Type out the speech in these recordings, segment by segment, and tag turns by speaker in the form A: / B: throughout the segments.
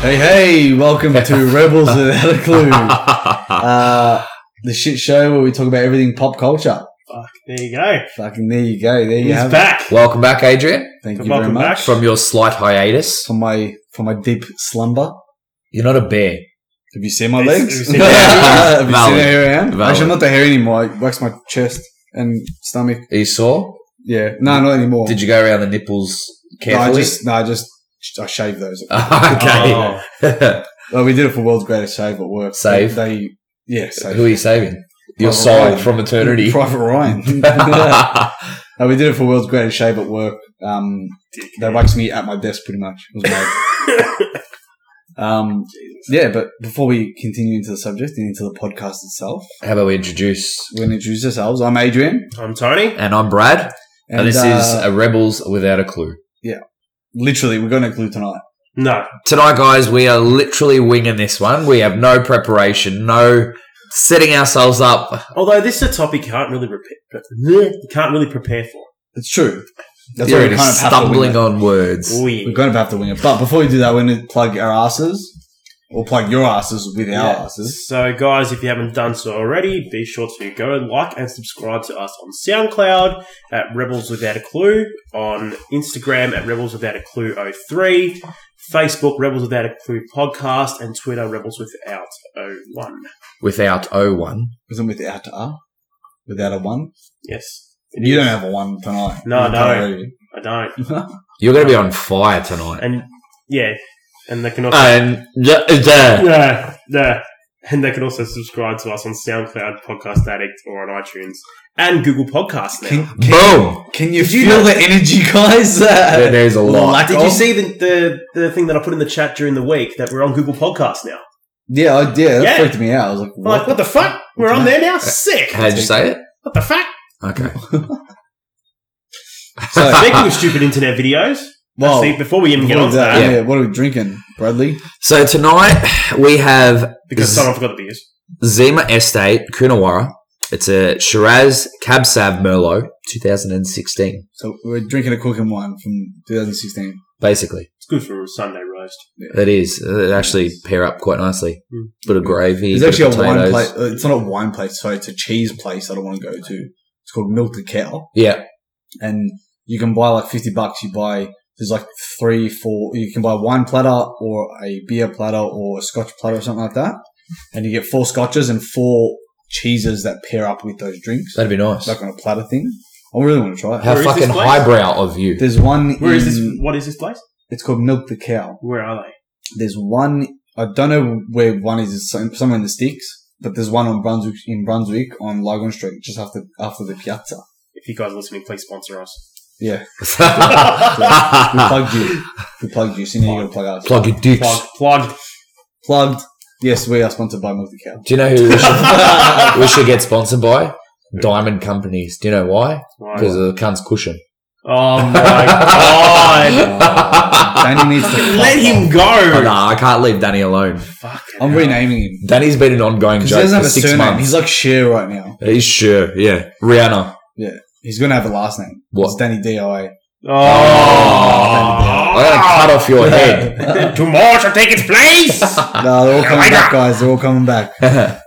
A: Hey, hey, welcome to Rebels Without a Clue, uh, the shit show where we talk about everything pop culture.
B: There you go.
A: Fucking, there you go. There you
B: He's
A: have
B: back.
C: Welcome back, Adrian,
A: it. Thank you very
B: Welcome
A: much
B: back.
C: from your slight hiatus.
A: for my for my deep slumber.
C: You're not a bear.
A: Have you seen my
B: Have you-
A: legs?
B: have you
A: Have you
B: seen
A: seen
B: my
C: legs?
A: how
C: Valid.
A: hair I am?
C: Valid.
A: Actually, I'm not the hair anymore. I wax my chest and stomach.
C: Esau,
A: Yeah, no, not anymore.
C: did you go around the nipples
A: No, I
C: carefully?
A: just no, I just I shaved those.
C: okay.
B: Oh,
A: Well, we did it for World's Greatest Shave at work.
C: Save?
A: they, yeah, save.
C: Who are you saving? Your
A: Private
C: soul
A: Ryan.
C: from eternity.
A: Private Ryan.
C: That's
A: No, Uh, we did it for World's Greatest Shave at work. Um, they waxed me at my desk pretty much. It was mad. um, yeah, but before we continue into the subject and into the podcast itself,
C: How about we introduce?
A: we're going to introduce ourselves. I'm Adrian.
B: I'm Tony.
C: And I'm Brad, and, this is
A: uh,
C: a Rebels Without a Clue.
A: literally, we're going to glue tonight.
B: No.
C: Tonight, guys, we are literally winging this one. We have no preparation, no setting ourselves up.
B: Although this is a topic you can't really prepare, you can't really prepare for.
A: It's true. That's
C: You're
A: why we
C: already
A: kind of have to wing
C: stumbling
A: it.
C: on words.
B: Oh
A: We're
B: yeah.
A: going to have to wing it. But before we do that, we're going to plug our asses. Or plug your asses with our
B: Yeah.
A: asses.
B: So, guys, if you haven't done so already, be sure to go like and subscribe to us on SoundCloud at Rebels Without a Clue, on Instagram at Rebels Without a Clue 03, Facebook Rebels Without a Clue podcast, and Twitter Rebels Without 01.
C: Without O1.
A: Isn't without a R? Without a one?
B: Yes.
A: You don't have a one tonight.
B: No, I
A: no.
B: I don't.
C: You're going to be on fire tonight.
B: And yeah, and they can also
C: And Oh, yeah, yeah.
B: Yeah, yeah. And they can also subscribe to us on SoundCloud, Podcast Addict, or on iTunes and Google Podcasts now.
A: Can,
C: boom.
A: can you
B: Did you
A: feel
B: know-
A: the energy, guys?
B: Uh,
C: There- there's a lot.
A: Lack
B: Did
A: of-
B: you see the, the the thing that I put in the chat during the week that we're on Google Podcasts now?
A: Yeah, I, yeah, that
B: Yeah.
A: freaked me out. I was like,
B: I'm like,
A: what?
B: what the fuck? We're on there now? Sick.
C: How'd you say it?
B: What the fuck?
C: Okay.
A: So-
B: Speaking of stupid internet videos,
A: Well,
B: see, Oh. before we even
A: what,
B: get
A: are
B: on to that,
A: yeah, what are we drinking, Bradley?
C: so tonight we have
B: because
C: Z-
B: someone forgot the beers.
C: Zima Estate Coonawarra. It's a Shiraz Cab Sav Merlot 2016,
A: So we're drinking a cooking wine from 2016.
C: basically.
B: It's good for a Sunday roast.
C: It is. It actually pair up quite nicely.
B: Mm.
C: Bit of gravy.
A: There's
C: bit
A: actually
C: of
A: a wine
C: potatoes.
A: place. Uh, it's not a wine place, sorry. It's a cheese place that I want to go to. It's called Milk the Cow.
C: Yeah.
A: And you can buy like 50 bucks. You buy, there's like three, four, you can buy a wine platter or a beer platter or a scotch platter or something like that. And you get four scotches and four cheeses that pair up with those drinks.
C: That'd be nice.
A: like on a platter thing. I really want to try it.
C: How
B: Where is
C: fucking
B: this place?
C: highbrow of you.
A: There's one.
B: Where
A: in,
B: is this? What is this place?
A: It's called Milk the Cow.
B: Where are they?
A: There's one. I don't know where one is. It's some- somewhere in the sticks, but there's one on Brunswick in Brunswick on Lygon Street, just after after the piazza.
B: If you guys are listening, please sponsor us.
A: Yeah, we
C: Plug
A: plugged you. We plugged you. So now you got to plug us.
C: your dicks.
B: Plug, plug.
A: Plugged. Yes, we are sponsored by Milk the Cow.
C: Do you know who we should, we should get sponsored by? Diamond companies. Do you know why? Because
B: Oh
C: of the cunt's cushion.
B: my god.
A: Uh, Danny needs to
B: Let him
C: Oh,
B: go.
C: nah, I can't leave Danny alone.
B: Fuck.
A: I'm renaming him
C: Danny's been an ongoing
A: because he
C: joke
A: doesn't
C: for
A: have a
C: six
A: surname.
C: months. He's,
A: He's like Cher right now.
C: sure, yeah. Rihanna.
A: He's gonna have a last name.
C: What?
A: It's Danny DIA.
C: I
B: Oh.
A: Ah!
C: gotta cut off your head.
B: Too much will take its place.
A: No, they're all coming back, guys. They're all coming back.
C: Alright,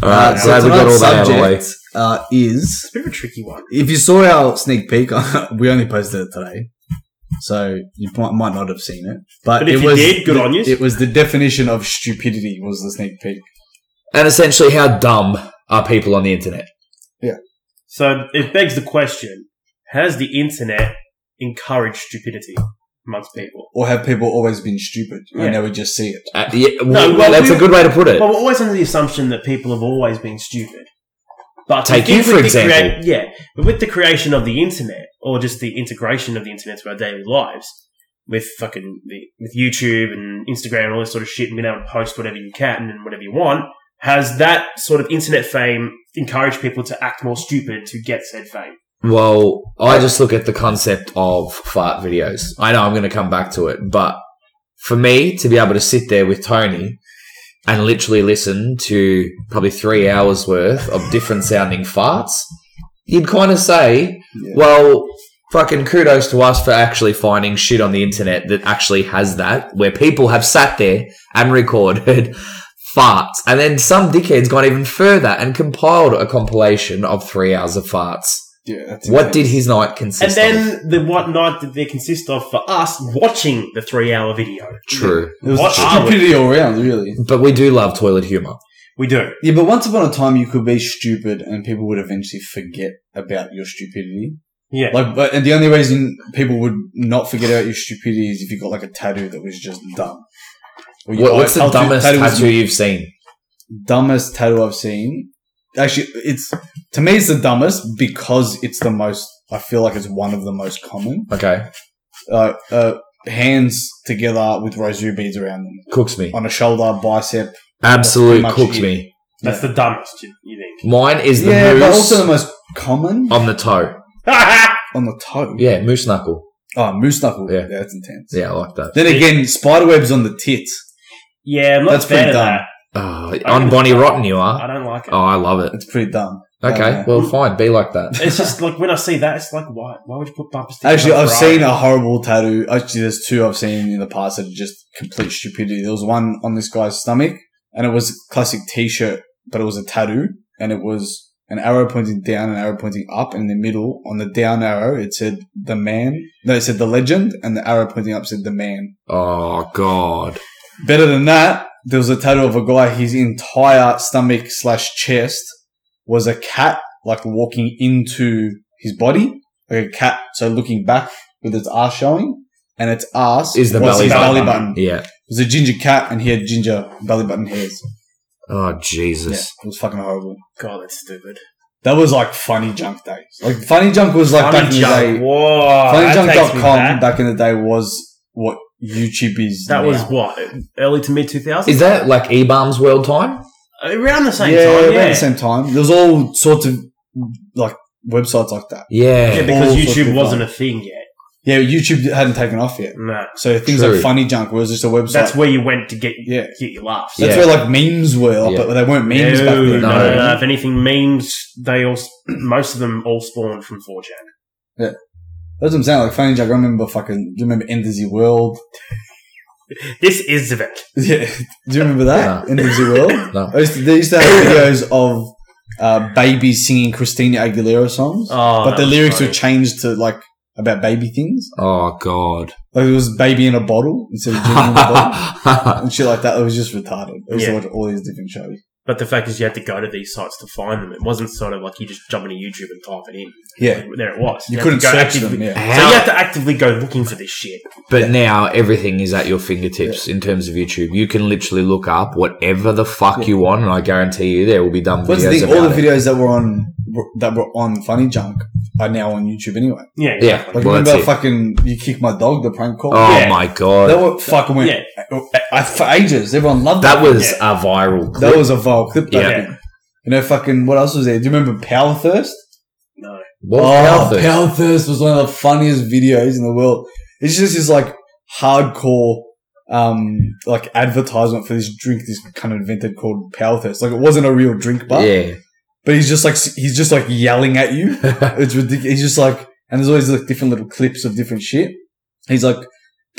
A: Uh,
C: glad we got
A: tonight's
C: all that out of the way.
A: subject, Uh, is
B: it's a bit of a tricky one.
A: if you saw our sneak peek, we only posted it today, so you might, might not have seen it. But,
B: But if
A: it
B: you
A: was
B: did, good
A: the-
B: on yous.
A: It was the definition of stupidity was the sneak peek.
C: And essentially, how dumb are people on the internet?
B: So it begs the question: Has the internet encouraged stupidity amongst people?
A: Or have people always been stupid
B: Yeah.
A: and now we just see it?
C: Uh, yeah,
B: No,
C: w-
B: well,
C: that's
B: we-
C: a good way to put it.
B: Well, we're always under the assumption that people have always been stupid. But I
C: Take
B: think
C: you, for
B: with the
C: example.
B: crea- yeah, but with the creation of the internet, or just the integration of the internet to our daily lives, with fucking the, with YouTube and Instagram and all this sort of shit, and being able to post whatever you can and whatever you want, has that sort of internet fame encouraged people to act more stupid to get said fame?
C: Well, I just look at the concept of fart videos. I know I'm going to come back to it, but for me to be able to sit there with Tony and literally listen to probably three hours worth of different sounding farts, you'd kind of say,
A: Yeah.
C: well, fucking kudos to us for actually finding shit on the internet that actually has that, where people have sat there and recorded farts. And then some dickhead's gone even further and compiled a compilation of three hours of farts.
A: Yeah, that's
C: What
A: amazing.
C: did his night
B: And
C: consist of?
B: then the what night did they consist of for us watching the three hour video?
C: True.
A: It was
B: What are we-
A: stupidity all around, really.
C: But we do love toilet humor.
B: We do.
A: Yeah, but once upon a time, you could be stupid, and people would eventually forget about your stupidity.
B: Yeah.
A: Like, but, and the only reason people would not forget about your stupidity is if you got like a tattoo that was just dumb. Or you
C: What,
A: got
C: what's
A: a
C: the dumbest
A: was
C: tattoo you've seen?
A: dumbest tattoo I've seen. Actually, it's to me it's the dumbest because it's the most. I feel like it's one of the most common.
C: Okay.
A: Uh, uh, hands together with rosary beads around them
C: Cooks me.
A: on a shoulder, bicep.
C: Absolute
A: That's pretty much
C: cooks
A: it.
C: me.
B: That's the dumbest, you, you think.
C: Mine is the
A: yeah, but
C: moose
A: also the most common
C: on the toe.
A: on the toe.
C: Yeah, moose knuckle.
A: Oh, moose knuckle.
C: Yeah.
A: Yeah, that's intense.
C: Yeah, I like that.
A: Then again, spider webs on the tit.
B: yeah, I'm not
A: That's
B: a fan
A: pretty
B: of
A: dumb.
B: that.
C: Oh, on Bonnie Rotten, you
B: I
C: are.
B: don't like it.
C: Oh, I love it.
A: That's pretty dumb.
C: Okay,
A: Yeah.
C: well, fine. Be like that.
B: It's just like when I see that, it's like why? Why would you put bumper stickers?
A: Actually,
B: on
A: I've
B: Ferrari?
A: seen a horrible tattoo. Actually, there's two I've seen in the past that are just complete stupidity. There was one on this guy's stomach, and it was classic t-shirt, but it was a tattoo, and it was an arrow pointing down, an arrow pointing up, and in the middle, on the down arrow, it said the man. No, it said the legend, and the arrow pointing up said the man.
C: Oh God.
A: Better than that, there was a tattoo of a guy. His entire stomach slash chest was a cat, like walking into his body, like a cat. So looking back with its ass showing, and its ass
C: Is the
A: was
C: belly
A: his
B: button.
A: belly button.
C: Yeah.
A: It was a ginger cat, and he had ginger belly button hairs.
C: Oh
A: Yeah,
C: Jesus.
A: it was fucking horrible.
B: God, that's stupid.
A: That was like funny junk days. Like funny junk was like back
B: Funny
A: in the day.
B: junk. Whoa, that takes me
A: Funnyjunk.com
B: back.
A: back in the day was what YouTube is.
B: That was
A: now.
B: what early to mid 2000s.
C: Is that like E-Bombs World Time?
B: around the same
A: yeah,
B: time?
A: around
B: Yeah,
A: the same time. There was all sorts of like websites like that.
C: Yeah.
B: yeah, because
A: All sorts
B: YouTube
A: of
B: wasn't a thing yet.
A: Yeah, YouTube hadn't taken off yet.
B: No,
A: So things
C: True.
A: like Funny Junk was just a website.
B: that's where you went to get
A: yeah,
B: get your laughs.
C: Yeah.
A: that's where like memes were, like,
C: Yeah.
A: but they weren't memes
B: no,
A: back then.
B: No, no,
C: No.
B: no. If anything, memes they all most of them all spawned from 4chan.
A: That's what I'm saying. Like Funny Junk, I remember fucking. Do you remember End of the World?
B: This is the event.
A: Yeah, do you remember that
C: No.
A: End of the World?
C: No.
A: I used to, they used to have videos of uh, babies singing Christina Aguilera songs,
B: Oh,
A: but the
B: that was
A: lyrics
B: funny.
A: were changed to like about baby things.
C: Oh God.
A: Like it was baby in a bottle instead of genie in a bottle. and shit like that. It was just retarded. It was
B: Yeah.
A: like all these different shows.
B: But the fact is, you had to go to these sites to find them. It wasn't sort of like you just jump into YouTube and type it in.
A: Yeah,
B: There it was.
A: you
B: had
A: couldn't
B: to go
A: search
B: actively-
A: them. Yeah,
B: So you
C: How,
B: have to actively go looking for this shit.
C: but now everything is at your fingertips in terms of YouTube. You can literally look up whatever the fuck
A: Yeah.
C: you want, and I guarantee you there will be dumb
A: What's the
C: videos
A: thing?
C: about
A: All the
C: it.
A: videos that were on were- that were on Funny Junk are now on YouTube anyway.
B: Yeah,
C: Yeah.
B: exactly.
A: Like
C: Well,
A: remember,
C: that's it.
A: fucking you kicked my dog, the prank call.
C: Oh
B: Yeah.
C: my God.
A: that were fucking went
B: Yeah.
A: I, for ages. Everyone loved
C: That
A: that.
C: was a viral clip.
A: that was a viral clip. Back
C: Yeah.
A: then. You know, fucking what else was there? Do you remember Power Thirst?
B: No.
C: What
A: oh,
C: was the
A: Power Thirst was one of the funniest videos in the world. It's just this like hardcore um like advertisement for this drink this kind of invented called Power Thirst. Like it wasn't a real drink bar,
C: Yeah.
A: but he's just like s- he's just like yelling at you. It's ridiculous. He's just like, and there's always like different little clips of different shit. He's like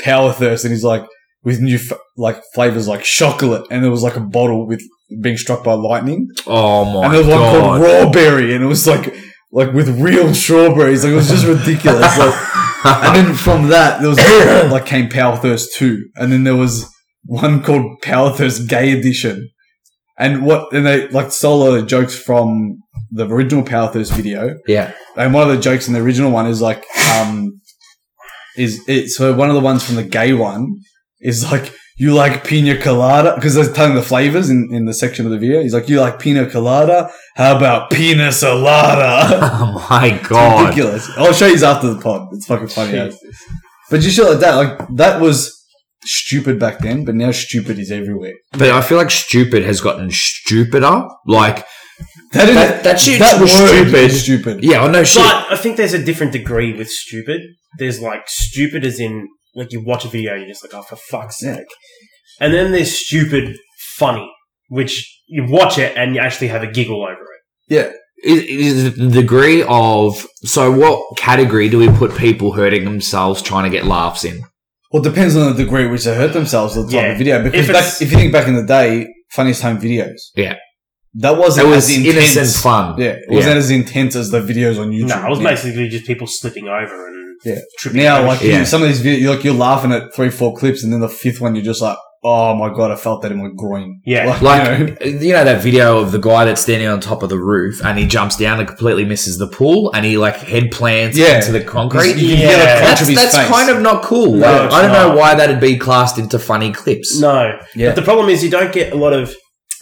A: Power Thirst, and he's like with new f- like flavors like chocolate, and there was like a bottle with being struck by lightning
C: oh my
A: and there was one
C: God.
A: called raw berry, and it was like like with real strawberries. Like it was just ridiculous. like, and then from that, there was like came Power Thirst two, and then there was one called Power Thirst Gay Edition. And what and they like stole a lot of jokes from the original Power Thirst video.
C: yeah.
A: And one of the jokes in the original one is like um is it so one of the ones from the gay one is like you like pina colada because they're telling the flavors in, in the section of the video. He's like, you like pina colada? How about pina salada?
C: Oh my
A: It's
C: God.
A: ridiculous. I'll show you after the pod. It's fucking funny. as. But just shit like that, like that was stupid back then, but now stupid is everywhere.
C: But I feel like stupid has gotten stupider. Like,
A: That, is,
C: That- that shit was stupid.
A: Is stupid.
C: yeah, I know shit.
B: But I think there's a different degree with stupid. There's like stupid as in like you watch a video, you're just like, oh, for fuck's
A: Yeah.
B: sake. And then there's stupid funny, which you watch it and you actually have a giggle over it.
C: Is, is the degree of so what category do we put people hurting themselves trying to get laughs in?
A: Well, it depends on the degree which they hurt themselves with the type
B: Yeah.
A: of video. Because
B: If
A: if,
B: it's-
A: back, if you think back in the day, funniest home videos.
C: Yeah.
A: That wasn't
C: That was
A: as intense.
C: innocent fun.
A: Yeah, it wasn't as intense as the videos on YouTube.
B: No, it was
A: Yeah.
B: basically just people slipping over and
A: Yeah.
B: tripping.
A: Now,
B: over
A: like
B: shit.
C: Yeah.
A: you, some of these videos, you're, like, you're laughing at three, four clips, and then the fifth one, you're just like, oh my god, I felt that in my groin.
B: Yeah.
A: Like,
C: Like
A: you
C: you
A: know,
C: know, that video of the guy that's standing on top of the roof and he jumps down and completely misses the pool and he like head plants
A: Yeah.
C: into the concrete.
A: you can hear
B: Yeah.
A: the crunch
C: That's,
A: of his
C: that's
A: face.
C: kind of not cool.
B: No,
C: Like,
B: it's
C: I don't
B: not.
C: know why that'd be classed into funny clips.
B: no.
A: yeah.
B: But the problem is you don't get a lot of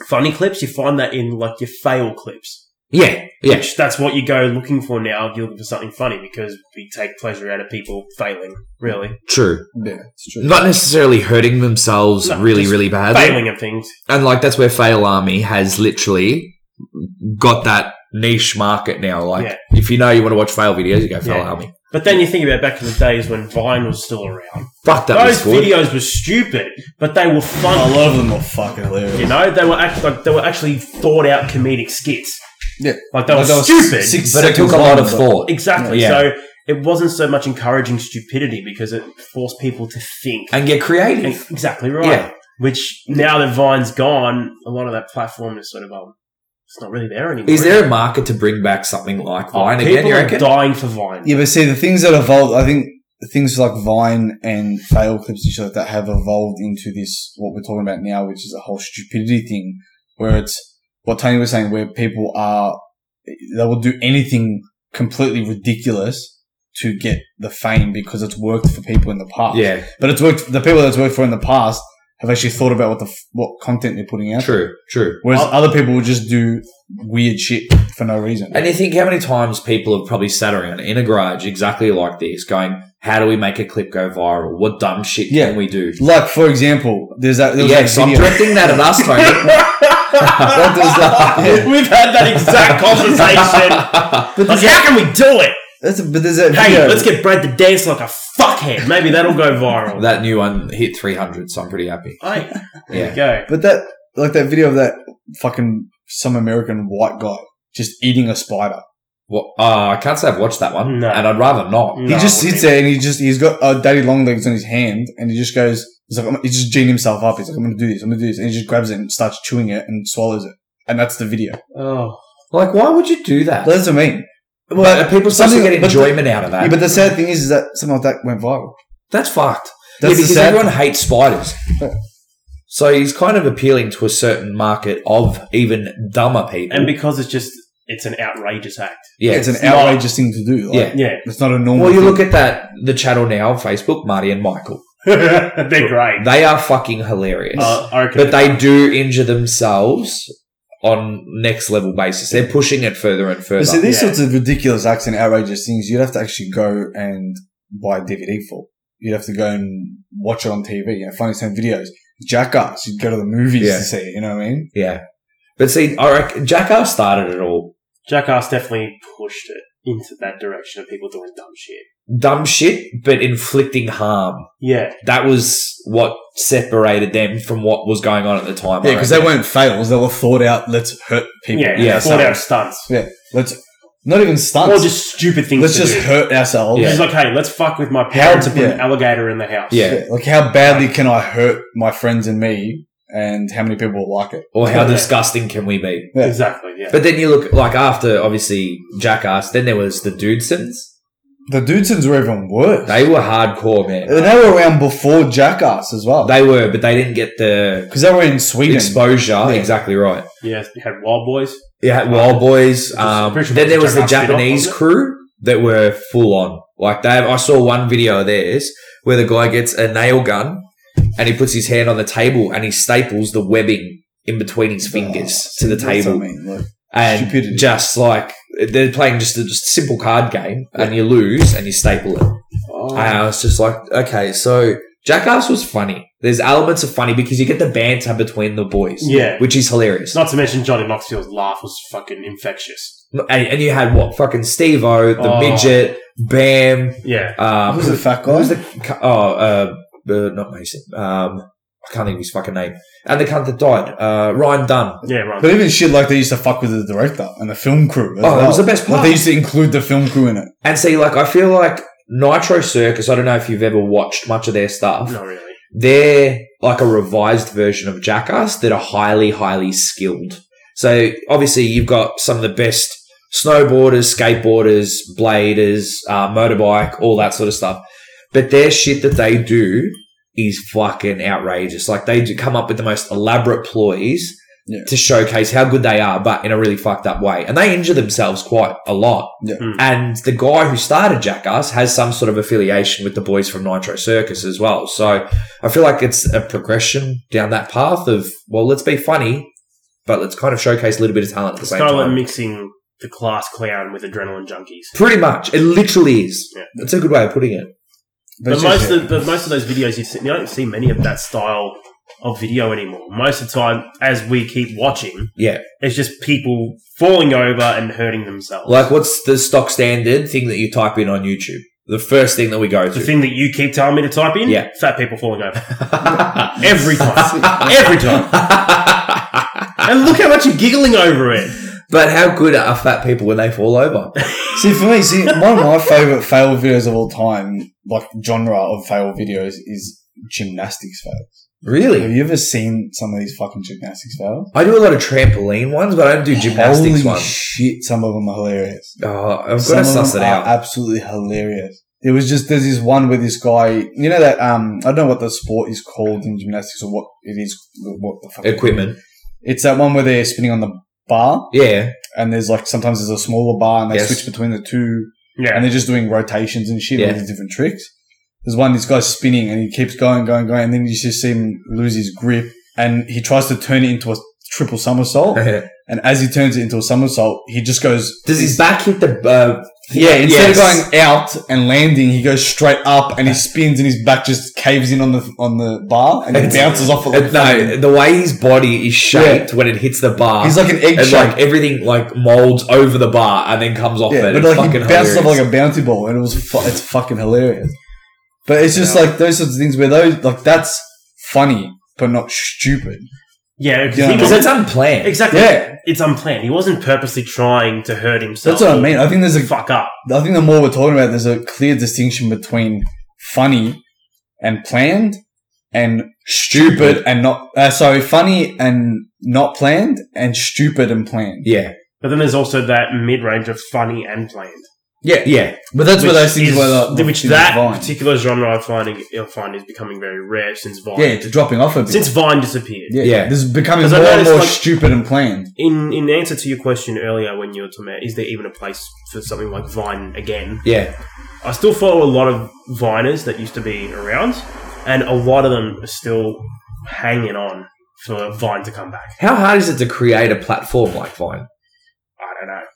B: funny clips. You find that in like your fail clips,
C: Yeah, yeah.
B: which that's what you go looking for now. If you're looking for something funny, because we take pleasure out of people failing, really
C: True.
A: yeah, it's true.
C: Not necessarily hurting themselves
B: No,
C: really,
B: just
C: really badly.
B: failing at things.
C: And like that's where Fail Army has literally got that niche market now. Like
B: Yeah.
C: if you know you want to watch fail videos, you go Fail
B: Yeah.
C: Army.
B: But then you think about back in the days when Vine was still around.
C: Fuck that
B: Those
C: was good.
B: videos were stupid, but they were fun.
A: a lot of them were fucking hilarious.
B: You know, they were act- like they were actually thought out comedic skits.
A: Yeah.
B: like they
A: Like,
B: were
A: that was
B: stupid.
A: six
C: but it took
A: seconds
C: a lot
A: long,
C: of
A: but-
C: thought.
B: exactly.
C: Yeah.
B: So it wasn't so much encouraging stupidity because it forced people to think.
C: And get creative.
B: exactly right.
C: Yeah.
B: Which now that Vine's gone, a lot of that platform is sort of um, it's not really there anymore.
C: Is there a market to bring back something like Vine
B: people
C: again? You
B: are
C: reckon?
B: dying for Vine?
A: Yeah, but see, the things that evolved, I think things like Vine and fail clips and shit like that have evolved into this, what we're talking about now, which is a whole stupidity thing, where it's what Tony was saying, where people are, they will do anything completely ridiculous to get the fame because it's worked for people in the past.
C: yeah,
A: But it's worked, the people that's worked for in the past have actually thought about what the, f- what content they're putting out.
C: true, true.
A: Whereas other people will just do weird shit for no reason.
C: And you think how many times people have probably sat around in a garage exactly like this, going, "How do we make a clip go viral? What dumb shit
A: Yeah.
C: can we do?"
A: like, for example, there's that, there was
C: Yes,
A: that
C: I'm
A: video.
C: directing that at us, Tony.
A: That does that. Yeah.
B: We've had that exact conversation.
A: But
B: like,
A: there's,
B: how can we do it?
A: that's a, but there's that
B: Hey,
A: video.
B: let's get Brad to dance like a fuckhead. Maybe that'll go viral.
C: that new one hit 300, so I'm pretty happy.
B: hey, there
C: Yeah.
B: you go.
A: but that like that video of that fucking some American white guy just eating a spider.
C: Well, uh, I can't say I've watched that one,
B: No.
C: and I'd rather not.
A: He
B: No,
A: just
B: I wouldn't
A: sits there and he just he's got uh, daddy long legs on his hand and he just goes he's like I'm- he's just gene himself up. He's like I'm gonna do this. I'm gonna do this. And he just grabs it and starts chewing it and swallows it. And that's the video.
B: Oh,
C: Like, why would you do that?
A: That's what I mean.
C: but are people supposed to
A: something-
C: get
A: but the-
C: enjoyment out of that?
A: Yeah, but the sad thing is, is that something like that went viral.
C: That's fucked.
A: That's
C: yeah,
A: the
C: because
A: sad
C: everyone hates spiders.
A: Yeah.
C: So he's kind of appealing to a certain market of even dumber people.
B: and because it's just it's an outrageous act.
C: yeah,
A: it's an
B: not-
A: outrageous thing to do. Like,
C: Yeah.
B: Yeah,
A: it's not a normal.
C: well, you
A: thing.
C: look at that the channel now on Facebook, Marty and Michael.
B: they're great.
C: They are fucking hilarious,
B: Uh, I reckon
C: but they do injure themselves on next level basis. They're pushing it further and further.
A: But see, these
B: Yeah.
A: sorts of ridiculous acts and outrageous things, you'd have to actually go and buy a DVD for. You'd have to go and watch it on TV. You know, find some videos. Jackass, you'd go to the movies
C: Yeah.
A: to see. it, You know what I mean?
C: yeah, but see, I reckon Jackass started it all.
B: Jackass definitely pushed it into that direction of people doing dumb shit.
C: Dumb shit, but inflicting harm.
B: Yeah,
C: That was what separated them from what was going on at the time. I
A: Yeah, because
C: reckon.
A: they weren't fails. They were thought out. Let's hurt people.
B: yeah,
A: and
B: yeah. Thought out
A: ourselves.
B: stunts
A: Let's not even stunts.
B: or just stupid things.
A: let's
B: to
A: just
B: do.
A: hurt ourselves.
C: Yeah.
B: It's like, hey, let's fuck with my parents and put an
A: Yeah.
B: alligator in the house.
C: Yeah.
A: Yeah, Like, how badly can I hurt my friends and me? And how many people will like it?
C: or how
B: Yeah.
C: disgusting can we be?
A: Yeah.
B: exactly. Yeah,
C: But then you look like after obviously Jackass, then there was the Dudesons.
A: The Dudesons were even worse.
C: They were hardcore, man.
A: And they were around before Jackass as well.
C: They were, but they didn't get the
A: Because they were in Sweden.
C: exposure. Exactly right.
B: yeah. You had Wild Boys.
C: Yeah, Wild Boys.
B: I'm
C: Um,
B: pretty sure
C: then there was the
B: Jackass spin-off,
C: Japanese
B: wasn't it?
C: crew that were full on. Like they, I saw one video of theirs where the guy gets a nail gun and he puts his hand on the table and he staples the webbing in between his fingers
A: Oh,
C: to the
A: see, that's
C: table.
A: what I mean, like-
C: and
A: Stupidity.
C: just like they're playing just a, just a simple card game, and you lose and you staple it.
B: Oh.
C: And I was just like, okay, so Jackass was funny. There's elements of funny because you get the banter between the boys,
B: Yeah.
C: which is hilarious.
B: Not to mention Johnny Knoxville's laugh was fucking infectious.
C: And, and you had what fucking Steve-O, the
B: Oh.
C: midget, Bam.
B: Yeah.
C: Um,
A: Who's the fat guy?
C: Who's the cu- oh uh, uh not Mason? Um, I can't think of his fucking name. And the cunt that died, uh, Ryan Dunn.
B: Yeah, right.
A: but even shit like they used to fuck with the director and the film crew. As
C: Oh, that
A: well.
C: was the best
A: Like,
C: part.
A: they used to include the film crew in it.
C: And see, like I feel like Nitro Circus. I don't know if you've ever watched much of their stuff.
B: Not really.
C: They're like a revised version of Jackass that are highly, highly skilled. So obviously, you've got some of the best snowboarders, skateboarders, bladers, uh, motorbike, all that sort of stuff. But their shit that they do is fucking outrageous. Like they do come up with the most elaborate ploys
A: Yeah.
C: to showcase how good they are, but in a really fucked up way. And they injure themselves quite a lot.
A: Yeah.
B: Mm.
C: And the guy who started Jackass has some sort of affiliation with the boys from Nitro Circus as well. So I feel like it's a progression down that path of, well, let's be funny, but let's kind of showcase a little bit of talent at the
B: It's
C: same
B: kind of like
C: time.
B: mixing the class clown with adrenaline junkies.
C: Pretty much. It literally is.
B: Yeah.
C: That's a good way of putting it.
B: But,
A: it's
B: most
A: just-
B: of, but most of those videos you've seen, you don't see many of that style of video anymore. Most of the time, as we keep watching,
C: Yeah.
B: it's just people falling over and hurting themselves.
C: Like, what's the stock standard thing that you type in on YouTube? The first thing that we go
B: the
C: to.
B: thing that you keep telling me to type in,
C: Yeah.
B: fat people falling over every time, every time. And look how much you're giggling over it.
C: but how good are fat people when they fall over?
A: See, for me, see, one of my favorite fail videos of all time, like genre of fail videos, is gymnastics fails. Have
C: Really?
A: you ever seen some of these fucking gymnastics fails?
C: I do a lot of trampoline ones, but I don't do gymnastics
A: Holy
C: ones.
A: shit, some of them are hilarious.
C: oh, I've
A: Some
C: got to
A: of
C: suss
A: them
C: it
A: are
C: out.
A: Absolutely hilarious. It was just there's this one where this guy, you know that um, I don't know what the sport is called in gymnastics or what it is, what the fuck
C: Equipment.
A: It's that one where they're spinning on the bar,
C: Yeah.
A: and there's like sometimes there's a smaller bar, and they
C: Yes.
A: switch between the two,
B: Yeah.
A: and they're just doing rotations and shit,
C: Yeah.
A: all these different tricks. There's one this guy's spinning, and he keeps going, going, going, and then you just see him lose his grip, and he tries to turn it into a triple somersault,
C: Does
A: and as he turns it into a somersault, he just goes.
C: his back hit the. Uh,
A: Yeah, instead
C: yes.
A: of going out and landing, he goes straight up and he spins and his back just caves in on the on the bar and it
C: It's-
A: bounces off. Of
C: Uh, no, the way his body is shaped when it hits the bar.
A: he's like an egg
C: and
A: shape.
C: like everything like molds over the bar and then comes off
A: yeah,
C: it.
A: but
C: It's
A: like he
C: fucking
A: bounces off
C: hilarious.
A: like a bounty ball and it was fu- it's fucking hilarious. But it's just
C: Yeah.
A: like those sorts of things where those like that's funny but not stupid.
B: yeah. 'cause
A: Yeah.
B: he
C: because
B: wasn't-
C: it's unplanned.
B: exactly.
A: Yeah,
B: It's unplanned. He wasn't purposely trying to hurt himself.
A: that's what I
B: or
A: mean. I think there's a
B: Fuck up.
A: I think the more we're talking about, there's a clear distinction between funny and planned and stupid and not. Uh, sorry, funny and not planned and stupid and planned.
C: Yeah,
B: But then there's also that mid range of funny and planned.
A: Yeah,
C: yeah.
A: but that's where
B: Which
A: those things
B: is-
A: were. Like,
B: which
A: things
B: that
A: Vine.
B: particular genre I find I find is becoming very rare since Vine
A: yeah, it's dropping off a bit.
B: since Vine disappeared.
A: yeah,
C: Yeah.
A: this is becoming
B: 'Cause I
A: more and
B: noticed,
A: more
B: like-
A: stupid and planned.
B: In in answer to your question earlier, when you were talking about is there even a place for something like Vine again?
C: Yeah,
B: I still follow a lot of Viners that used to be around, and a lot of them are still hanging on for Vine to come back.
C: how hard is it to create a platform like Vine?
B: I don't know.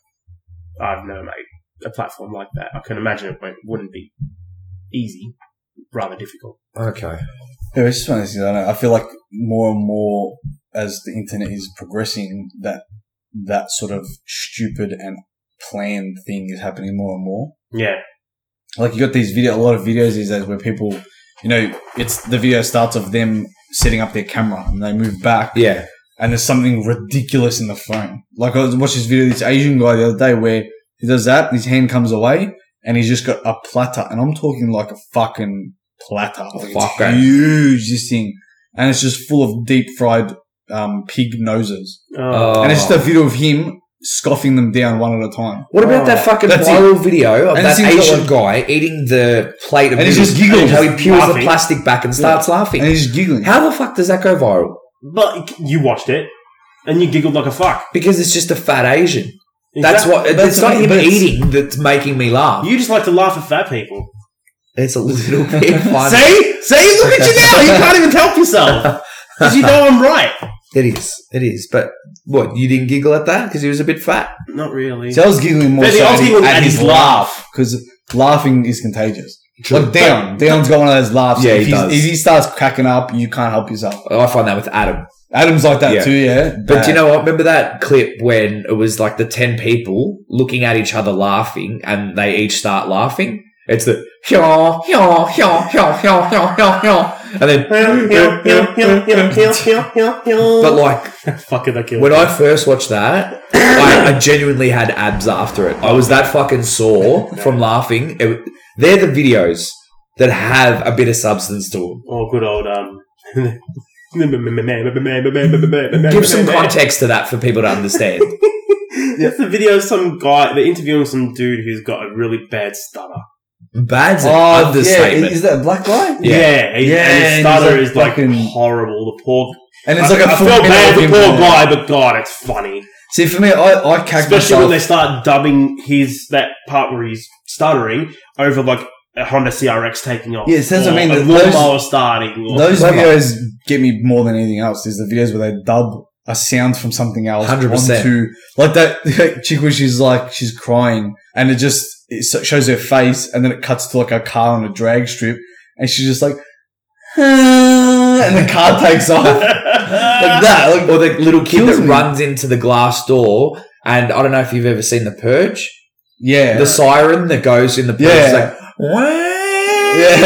B: I don't know, mate. A platform like that, I can imagine it won't- wouldn't be easy, rather difficult.
C: Okay,
A: Yeah, it's just one of those things. I, don't know. I feel like more and more as the internet is progressing, that that sort of stupid and planned thing is happening more and more.
B: Yeah,
A: like you got these video a lot of videos these days where people you know it's the video starts of them setting up their camera and they move back
C: yeah,
A: and there's something ridiculous in the frame like i was- watched this video of this asian guy the other day where he does that his hand comes away and he's just got a platter and i'm talking like a fucking platter like it's
C: Fucker.
A: huge this thing and it's just full of deep fried um, pig noses
B: Oh,
A: and it's just a video of him scoffing them down one at a time
C: what about that
B: Oh,
C: fucking
A: that's it.
C: viral video of
A: And it's
C: that
A: even
C: Asian guy eating the plate of
A: And he's
C: noodles
A: just giggling.
C: and how he peels the
B: Laughing.
C: plastic back and starts
A: and
C: laughing?
A: he's just giggling
C: How the fuck does that go viral?
B: but you watched it and you giggled like a fuck.
C: Because it's just a fat Asian. That's
B: Exactly.
C: what.
A: that's
C: it's not
A: what-
C: him
A: but it's-
C: eating that's making me laugh.
B: You just like to laugh at fat people.
C: it's a little bit funny.
B: See? See? Look at you now. You can't even help yourself. Because you know I'm right.
C: It is. It is. But what? You didn't giggle at that because he was a bit fat.
B: Not really.
A: See, I was giggling more
B: Maybe
A: so
B: I was
A: at,
B: giggling
A: at
B: at
A: his,
B: his
A: laugh because laughing is contagious. Like Dion, Dion's got one of those laughs.
C: Yeah,
A: if,
C: he
A: he's-
C: does.
A: if he starts cracking up, you can't help yourself.
C: I Oh, find that with Adam.
A: Adam's like that
C: Yeah.
A: too, yeah.
C: But do you know what? Remember that clip when it was like the 10 people looking at each other laughing and they each start laughing? It's the yaw, yaw, yaw, yaw, yaw, yaw, yaw, yaw. And then. But
B: But
C: like,
B: fucking that killed.
C: when I first watched that, I, I genuinely had abs after it. I was that fucking sore from laughing. It, they're the videos that have a bit of substance to them.
B: Oh, good old um.
C: Give
B: Give
C: some context to that for people to understand.
B: That's the video of some guy. They're interviewing some dude who's got a really bad stutter.
C: Bad's an
A: oh, yeah,
C: understatement.
A: is that a black guy?
C: Yeah.
B: Yeah, he-
A: Yeah,
B: and
A: and
B: his
A: he's
B: stutter
A: like
B: is like
A: fucking-
B: horrible. The poor.
A: And it's
B: I,
A: like a
B: I
A: full
B: feel
A: minute
B: bad
A: of
B: for the
A: him
B: poor
A: in there.
B: guy, but God, it's funny.
A: See, for me, I, I cagged
B: Especially
A: myself.
B: when they start dubbing his that part where he's stuttering over like a Honda CRX taking off.
A: Yeah, it sounds- I
B: or
A: mean,
B: a
A: those-
B: lawnmower starting. Or,
A: Those
C: Clever.
A: videos get me more than anything else. Is the videos where they dub a sound from something else
C: 100%.
A: onto like that chick where she's like she's crying and it just it so- shows her face and then it cuts to like a car on a drag strip and she's just like "Ah," and the car takes off like that. Like,
C: or the little kid
A: Kills
C: that
A: me.
C: runs into the glass door. And I don't know if you've ever seen The Purge,
A: yeah,
C: the siren that goes in the purge. It's
A: Yeah.
C: like,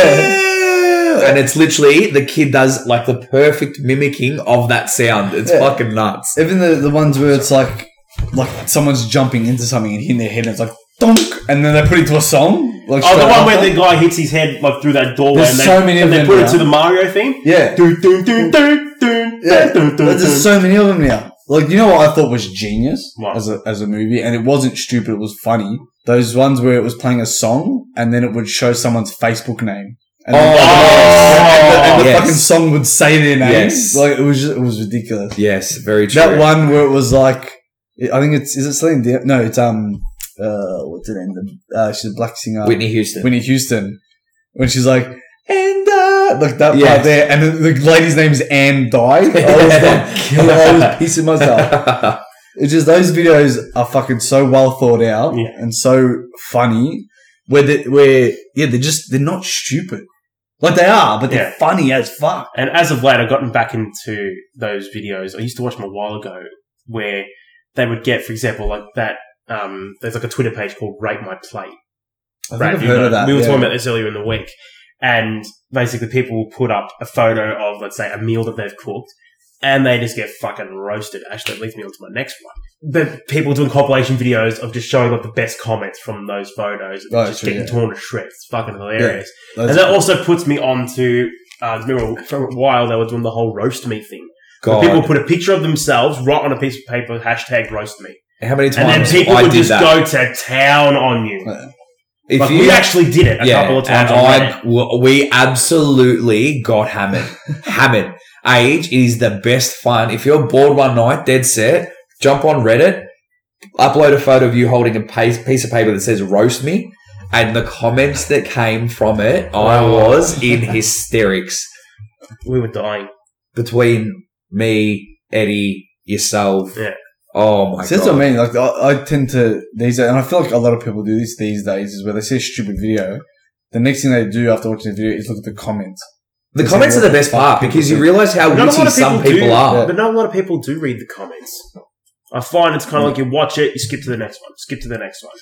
C: and it's literally the kid does like the perfect mimicking of that sound. It's
A: Yeah.
C: fucking nuts.
A: even the the ones where it's like like someone's jumping into something and hitting their head and it's like donk and then they put it to a song like
B: Oh, the
A: straight
B: one where
A: after.
B: the guy hits his head like through that doorway,
A: There's
B: and they,
A: so many
B: and
A: of
B: they
A: them
B: put it
A: now.
B: to the Mario theme.
A: yeah
B: Dun, dun, dun, dun, dun,
A: Yeah,
B: dun, dun,
A: There's just
B: dun.
A: so many of them now. Like, you know what I thought was genius
B: What?
A: as a, as a movie? And it wasn't stupid, it was funny. Those ones where it was playing a song and then it would show someone's Facebook name. And then- and the, and the
C: yes.
A: fucking song would say their name.
C: Yes.
A: Like, it was just, it was ridiculous.
C: Yes, very true.
A: That one where it was like, I think it's, is it Celine Dion? No, it's, um, uh, what's her name? The- Uh, she's a black singer.
C: Whitney Houston.
A: Whitney Houston. When she's like, and, uh, like that
C: Yes.
A: part there. And the, the lady's name's Anne Dye. I was like, I was pissing myself. It's just those videos are fucking so well thought out
B: Yeah.
A: and so funny. Where they, where yeah, they're just they're not stupid. Like they are, but they're
B: Yeah.
A: funny as fuck.
B: And as of late, I've gotten back into those videos. I used to watch them a while ago, where they would get, for example, like that. Um, there's like a Twitter page called Rate My Plate.
A: I think
B: Brad,
A: I've
B: you
A: heard
B: know,
A: of that.
B: We were
A: yeah.
B: talking about this earlier in the week, and basically people will put up a photo of, let's say, a meal that they've cooked, and they just get fucking roasted. Actually, that leads me on to my next one. But people doing compilation videos of just showing like the best comments from those photos, and
A: Oh,
B: just
A: true,
B: getting
A: yeah.
B: torn to shreds. It's fucking hilarious.
A: Those-
B: and that also puts me on to. Uh, remember, for a while they were doing the whole roast me thing. Where
C: God,
B: People put a picture of themselves, write on a piece of paper, hashtag roast me,
C: how many
B: and then
C: times
B: people
C: I
B: would
C: did
B: just
C: that?
B: go to town on you.
C: if
B: like
C: you
B: we actually did it a couple of times.
C: And
B: on
C: I,
B: Reddit.
C: w- we absolutely got hammered. hammered. Age is the best fun. If you're bored one night, dead set, jump on Reddit, upload a photo of you holding a pa- piece of paper that says roast me. And the comments that came from it, I was in hysterics
B: We were dying.
C: between me, Eddie, yourself.
B: Yeah.
C: Oh my
A: See, that's
C: god.
A: what I mean. Like, I, I tend to these, days, and I feel like a lot of people do this these days, is where they see a stupid video. The next thing they do after watching the video is look at the comments.
C: the comments are the best part because you realize how
B: But not a lot
C: witty
B: of people
C: some people
B: do,
C: are.
B: But not a lot of people do read the comments. I find it's
C: Mm.
B: kind of like you watch it, you skip to the next one, skip to the next one.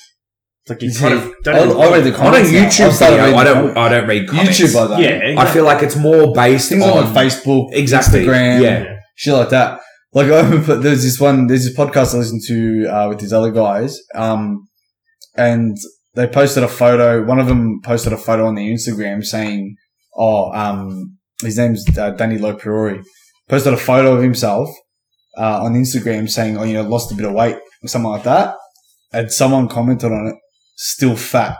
B: It's like you
A: You
B: kind
A: see,
B: of don't.
A: I-
B: even-
A: I read Oh, the
C: On a
A: comments now. I've
C: YouTube
A: started
C: video,
A: reading
C: I
A: comments.
C: don't, I don't read comments.
A: YouTube by that.
B: yeah,
C: I feel like it's more based
A: Things
C: on
A: on Facebook,
C: exactly.
A: Instagram,
C: Yeah,
A: shit like that. Like I remember there's this one, there's this podcast I listen to uh, with these other guys, um, and they posted a photo. One of them posted a photo on their Instagram saying, "Oh, um, his name's uh, Danny Lopriori." Posted a photo of himself uh, on Instagram saying, "Oh, you know, lost a bit of weight or something like that," and someone commented on it, "Still fat."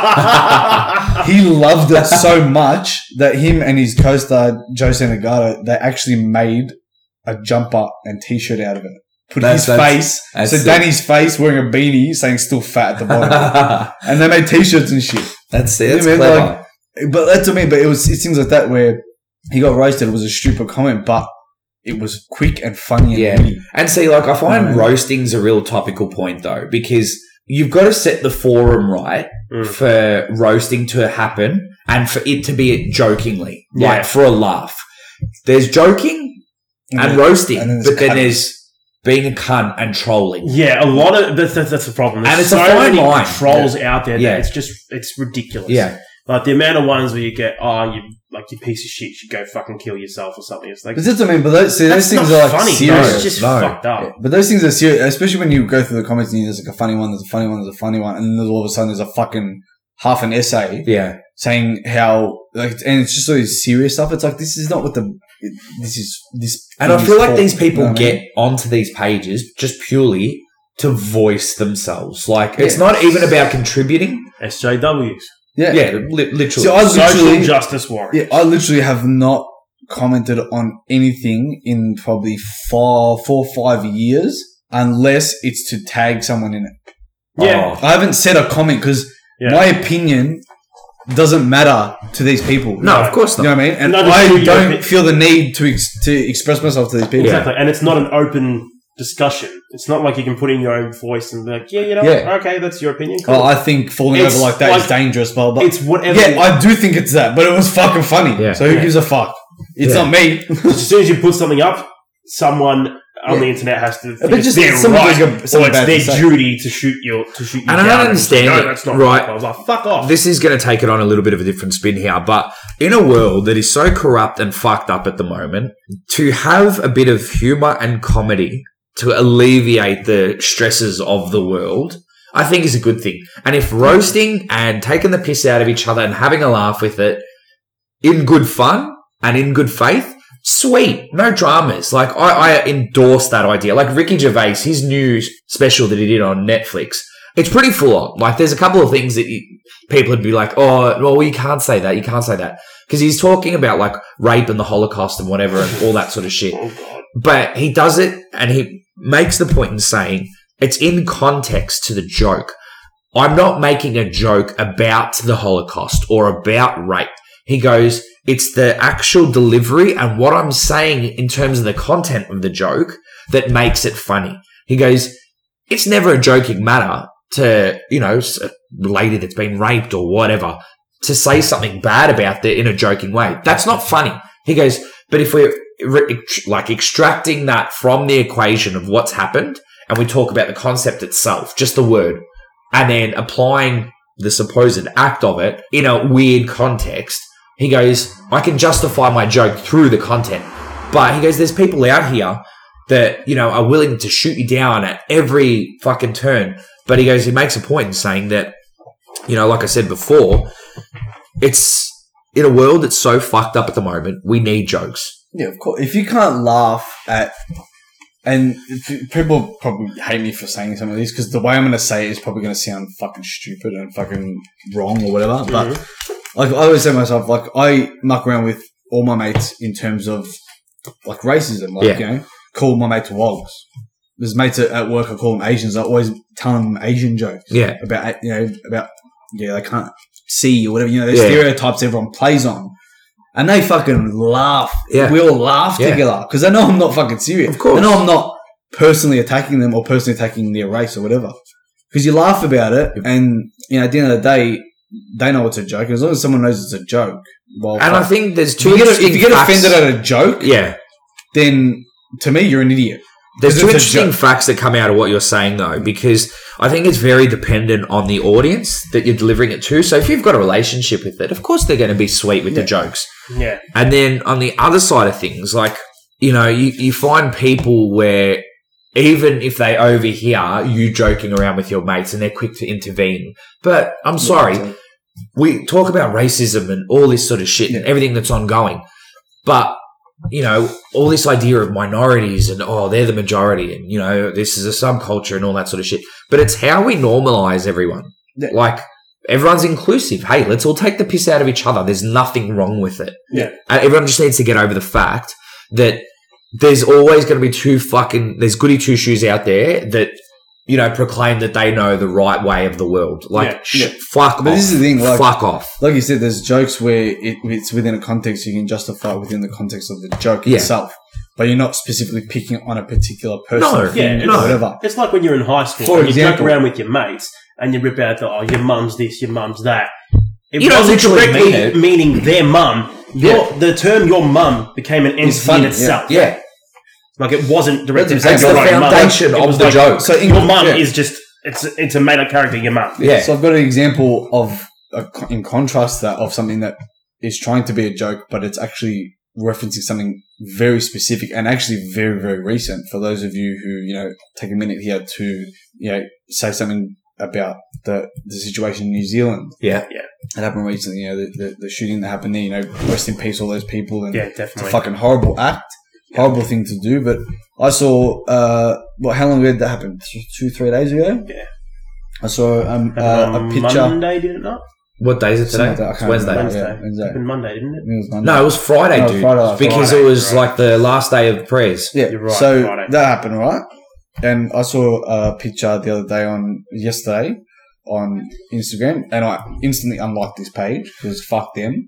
B: exactly.
A: he loved it so much that him and his co-star Joe Sanagato, they actually made a jumper and t-shirt out of it. Put
C: That's-
A: his
C: that's-
A: face,
C: that's
A: so
C: sick.
A: Danny's face wearing a beanie saying "still fat" at the bottom, and they made t-shirts and shit.
C: that's it.
A: You
C: That's
A: mean,
C: clever.
A: like- But that's what I mean. But it was it's things like that where he got roasted. It was a stupid comment, but it was quick and funny. And
C: Yeah.
A: witty.
C: and see, like I find
A: Mm.
C: roasting's a real topical point though, because you've got to set the forum right
B: Mm.
C: for roasting to happen and for it to be jokingly,
B: Yeah.
C: like for a laugh. There's joking and roasting.
A: And then there's
C: but then
A: cunt.
C: there's being a cunt and trolling.
B: Yeah, a lot of that's that's, that's the problem. There's
C: And it's a
B: so
C: fine
B: many
C: line.
B: trolls out there.
C: Yeah.
B: that it's just it's ridiculous.
C: Yeah.
B: like the amount of ones where you get, oh, you like you piece of shit, you should go fucking kill yourself or something. It's like
A: But that's what I mean. But those, see,
B: that's
A: those
B: not
A: things are like
B: funny.
A: serious.
B: That's just
C: no.
B: fucked up.
A: Yeah, But those things are serious, especially when you go through the comments and you- there's like a funny one, there's a funny one, there's a funny one, and then there's all of a sudden there's a fucking half an essay
C: Yeah.
A: saying how like, it's- and it's just all this serious stuff. It's like this is not what the it- this is this.
C: And I
A: thing
C: feel
A: is
C: like
A: for,
C: these
A: you know
C: people
A: what I mean?
C: get onto these pages just purely to voice themselves. Like it's not even about contributing.
B: SJWs,
A: yeah.
C: Yeah, li- literally.
A: See, I
B: social
A: literally,
B: justice warriors.
A: yeah, I literally have not commented on anything in probably four, four, five years, unless it's to tag someone in it.
C: Oh,
B: Yeah.
A: I haven't said a comment because
B: Yeah.
A: my opinion doesn't matter to these people.
C: Oh. no, of course
A: You
C: not.
A: know what I mean? And
B: Not
A: I
B: just you,
A: don't
B: but-
A: feel the need to ex- to express myself to these people.
B: Exactly. And it's not an open discussion. It's not like you can put in your own voice and be like, yeah, you know,
A: Yeah.
B: what? okay, that's your opinion. Cool.
A: Well, Oh, I think falling
B: It's
A: over like that is
B: like-
A: dangerous, blah, blah. blah.
B: it's whatever.
A: Yeah, I do think it's that, but it was fucking funny.
C: Yeah.
A: So who
B: Yeah.
A: gives a fuck? It's
C: Yeah.
A: not me.
B: as soon as you put something up, someone on
A: Yeah.
B: the internet has to
A: But
B: think it's
A: just
B: their
A: something
B: right,
A: like a-
B: or
A: something
B: it's
A: bad
B: their
A: to say.
B: duty to shoot you to shoot you.
C: And I
B: down
C: don't
B: and
C: understand
B: say,
C: it.
B: No, that's not
C: Right.
B: right. I was like, fuck off.
C: This is going to take it on a little bit of a different spin here, but in a world that is so corrupt and fucked up at the moment, to have a bit of humor and comedy to alleviate the stresses of the world, I think is a good thing. And if roasting and taking the piss out of each other and having a laugh with it in good fun and in good faith, sweet, no dramas. Like I, I endorse that idea. Like Ricky Gervais, his new special that he did on Netflix, it's pretty full on. Like there's a couple of things that you, people would be like, oh, well, you can't say that, you can't say that, because he's talking about like rape and the Holocaust and whatever and all that sort of shit.
B: oh god.
C: But he does it and he makes the point in saying it's in context to the joke. I'm not making a joke about the Holocaust or about rape. He goes, it's the actual delivery and what I'm saying in terms of the content of the joke that makes it funny. He goes, it's never a joking matter to, you know, s- a lady that's been raped or whatever to say something bad about that in a joking way. That's not funny. He goes, but if we're re- ex- like extracting that from the equation of what's happened and we talk about the concept itself, just the word, and then applying the supposed act of it in a weird context, he goes, I can justify my joke through the content. But he goes, there's people out here that, you know, are willing to shoot you down at every fucking turn. But he goes, he makes a point in saying that, you know, like I said before, it's in a world that's so fucked up at the moment, we need jokes.
A: Yeah, of course. If you can't laugh at, and if you- people probably hate me for saying some of these because the way I'm going to say it is probably going to sound fucking stupid and fucking wrong or whatever. But like I always say to myself, like I muck around with all my mates in terms of like racism. Like
C: Yeah.
A: you know, call my mates wogs. There's mates at, at work I call them Asians. I always tell them Asian jokes
C: Yeah.
A: about you know about yeah they can't see or whatever you know those
C: Yeah.
A: stereotypes everyone plays on, and they fucking laugh.
C: Yeah.
A: We all laugh
C: Yeah.
A: together because they know I'm not fucking serious.
C: Of
A: they
C: course.
A: know I'm not personally attacking them or personally attacking their race or whatever. Because you laugh about it, and you know at the end of the day, they know it's a joke. As long as someone knows it's a joke, well,
C: And I
A: fuck.
C: think there's
A: if
C: two
A: you get, if
C: interesting
A: you get
C: facts-
A: offended at a joke,
C: Yeah.
A: then to me you're an idiot.
C: There's
A: Because
C: two
A: it's a
C: interesting
A: joke.
C: facts that come out of what you're saying though, because I think it's very dependent on the audience that you're delivering it to. So if you've got a relationship with it, of course they're going to be sweet with the
A: Yeah.
C: jokes.
B: Yeah.
C: And then on the other side of things, like, you know, you, you find people where even if they overhear you joking around with your mates and they're quick to intervene. But I'm sorry, we talk about racism and all this sort of shit and
A: Yeah.
C: everything that's ongoing. But, you know, all this idea of minorities and, oh, they're the majority and, you know, this is a subculture and all that sort of shit. But it's how we normalize everyone.
A: Yeah.
C: Like, everyone's inclusive. Hey, let's all take the piss out of each other. There's nothing wrong with it.
B: Yeah.
C: And everyone just needs to get over the fact that there's always going to be two fucking, there's goody two shoes out there that, you know, proclaim that they know the right way of the world. Like,
B: Yeah,
C: sh-
B: yeah.
C: fuck
A: But
C: off.
A: this is the thing, like-
C: fuck off.
A: like you said, there's jokes where it, it's within a context you can justify within the context of the joke
C: Yeah.
A: itself, but you're not specifically picking on a particular person,
C: No,
A: thing,
B: yeah,
A: or
B: no.
A: whatever.
B: It's like when you're in high school
A: For
B: and you
A: example-
B: joke around with your mates and you rip out the oh your mum's this, your mum's that. It
C: You don't
B: wasn't
C: literally
B: directly
C: mean it.
B: meaning their mum. Your, The term your mum became an entity
A: funny,
B: in itself.
C: Yeah.
B: Like it wasn't directed at
C: That's
B: your
C: the
B: own mum.
C: foundation
B: It
C: of
B: was
C: the
B: like-
C: joke.
A: So in-
B: Your mum
A: yeah.
B: is just it's it's a made up character. Your mum.
C: yeah.
A: So I've got an example of a, co- in contrast to that of something that is trying to be a joke, but it's actually referencing something very specific and actually very very recent. For those of you who you know take a minute here to you know say something about the the situation in New Zealand.
C: Yeah.
B: Yeah.
A: It happened recently. You know the, the, the shooting that happened there. You know, rest in peace all those people and
B: Yeah,
A: it's a
B: definitely.
A: fucking horrible act, horrible thing to do. But I saw uh, what? How long ago did that happen? Th- Two, three days ago.
B: Yeah.
A: I saw um,
B: Happened
A: uh, a
B: on
A: picture.
B: Monday, did it not?
C: What day is it
A: Something
C: today?
A: like that, I can't
C: It's
A: remember.
B: Wednesday.
C: Wednesday.
A: Yeah, Wednesday.
B: Happened Monday, didn't it?
A: It was Monday.
C: No, it was Friday,
A: No,
C: dude.
A: Friday,
C: because
B: Friday,
C: it was
B: right.
C: like the last day of prayers.
A: Yeah.
B: You're right,
A: so
B: Friday.
A: that happened, right? And I saw a picture the other day on yesterday on Instagram, and I instantly unliked this page because fuck them.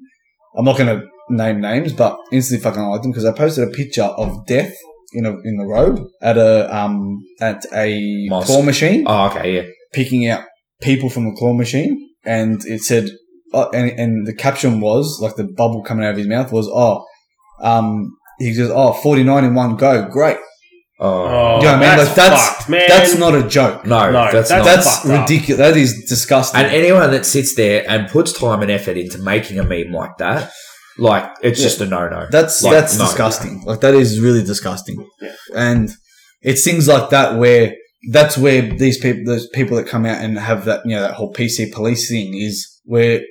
A: I'm not gonna name names, but instantly fucking unliked them because I posted a picture of death in a in the robe at a um at a
C: Mosque.
A: claw machine
C: Oh, okay, yeah.
A: picking out people from the claw machine, and it said, uh, and and the caption was like the bubble coming out of his mouth was, oh, um, he goes, oh, 49 in one go, great.
C: Oh,
B: Oh,
A: Yeah, I mean,
B: that's,
A: like, that's-
B: fucked, man.
A: That's not a joke.
C: no,
B: No, that's-
C: that's, not.
A: That's
B: fucked up.
A: ridiculous. That is disgusting.
C: and anyone that sits there and puts time and effort into making a meme like that, like it's
A: Yeah.
C: just a no-no.
A: that's
C: Like,
A: that's
C: no.
A: disgusting. Like that is really disgusting.
B: Yeah.
A: And it's things like that where that's where these people, those people that come out and have that, you know, that whole PC police thing is where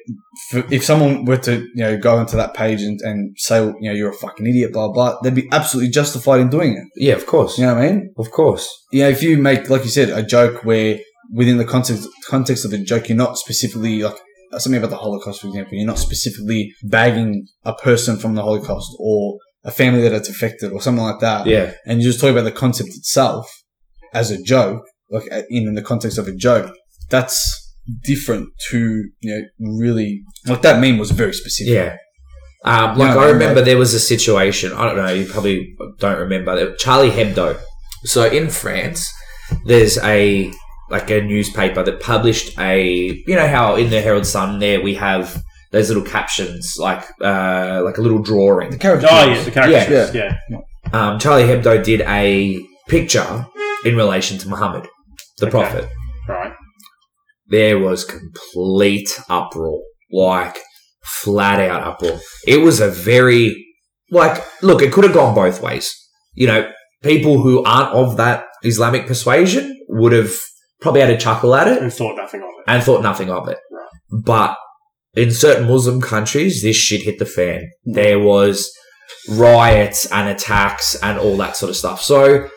A: f if someone were to, you know, go onto that page and, and say, you know, you're a fucking idiot, blah, blah, they'd be absolutely justified in doing it.
C: Yeah, of course,
A: You know what I mean?
C: of course.
A: you know, if you make, like you said, a joke where within the context context of the joke, you're not specifically like uh, something about the Holocaust, for example, you're not specifically bagging a person from the Holocaust or a family that it's affected or something like that,
C: Yeah,
A: and you just talk about the concept itself as a joke, like uh, in, in the context of a joke, that's different to you know really like that meme was very specific.
C: yeah. Um, like
A: No,
C: I
A: no,
C: remember
A: no.
C: there was a situation. I don't know. You probably don't remember Charlie Hebdo. So in France, there's a like a newspaper that published a you know how in the Herald Sun there we have those little captions like uh, like a little drawing.
A: The character.
B: Oh yeah, the characters. Yeah,
C: um, Charlie Hebdo did a picture in relation to Muhammad, the
B: Okay.
C: Prophet.
B: right.
C: There was complete uproar, like flat out uproar. It was a very, like, look, it could have gone both ways. You know, people who aren't of that Islamic persuasion would have probably had a chuckle at it
B: And thought nothing of it.
C: and thought nothing of it.
B: Right.
C: But in certain Muslim countries, this shit hit the fan. There was riots and attacks and all that sort of stuff. So,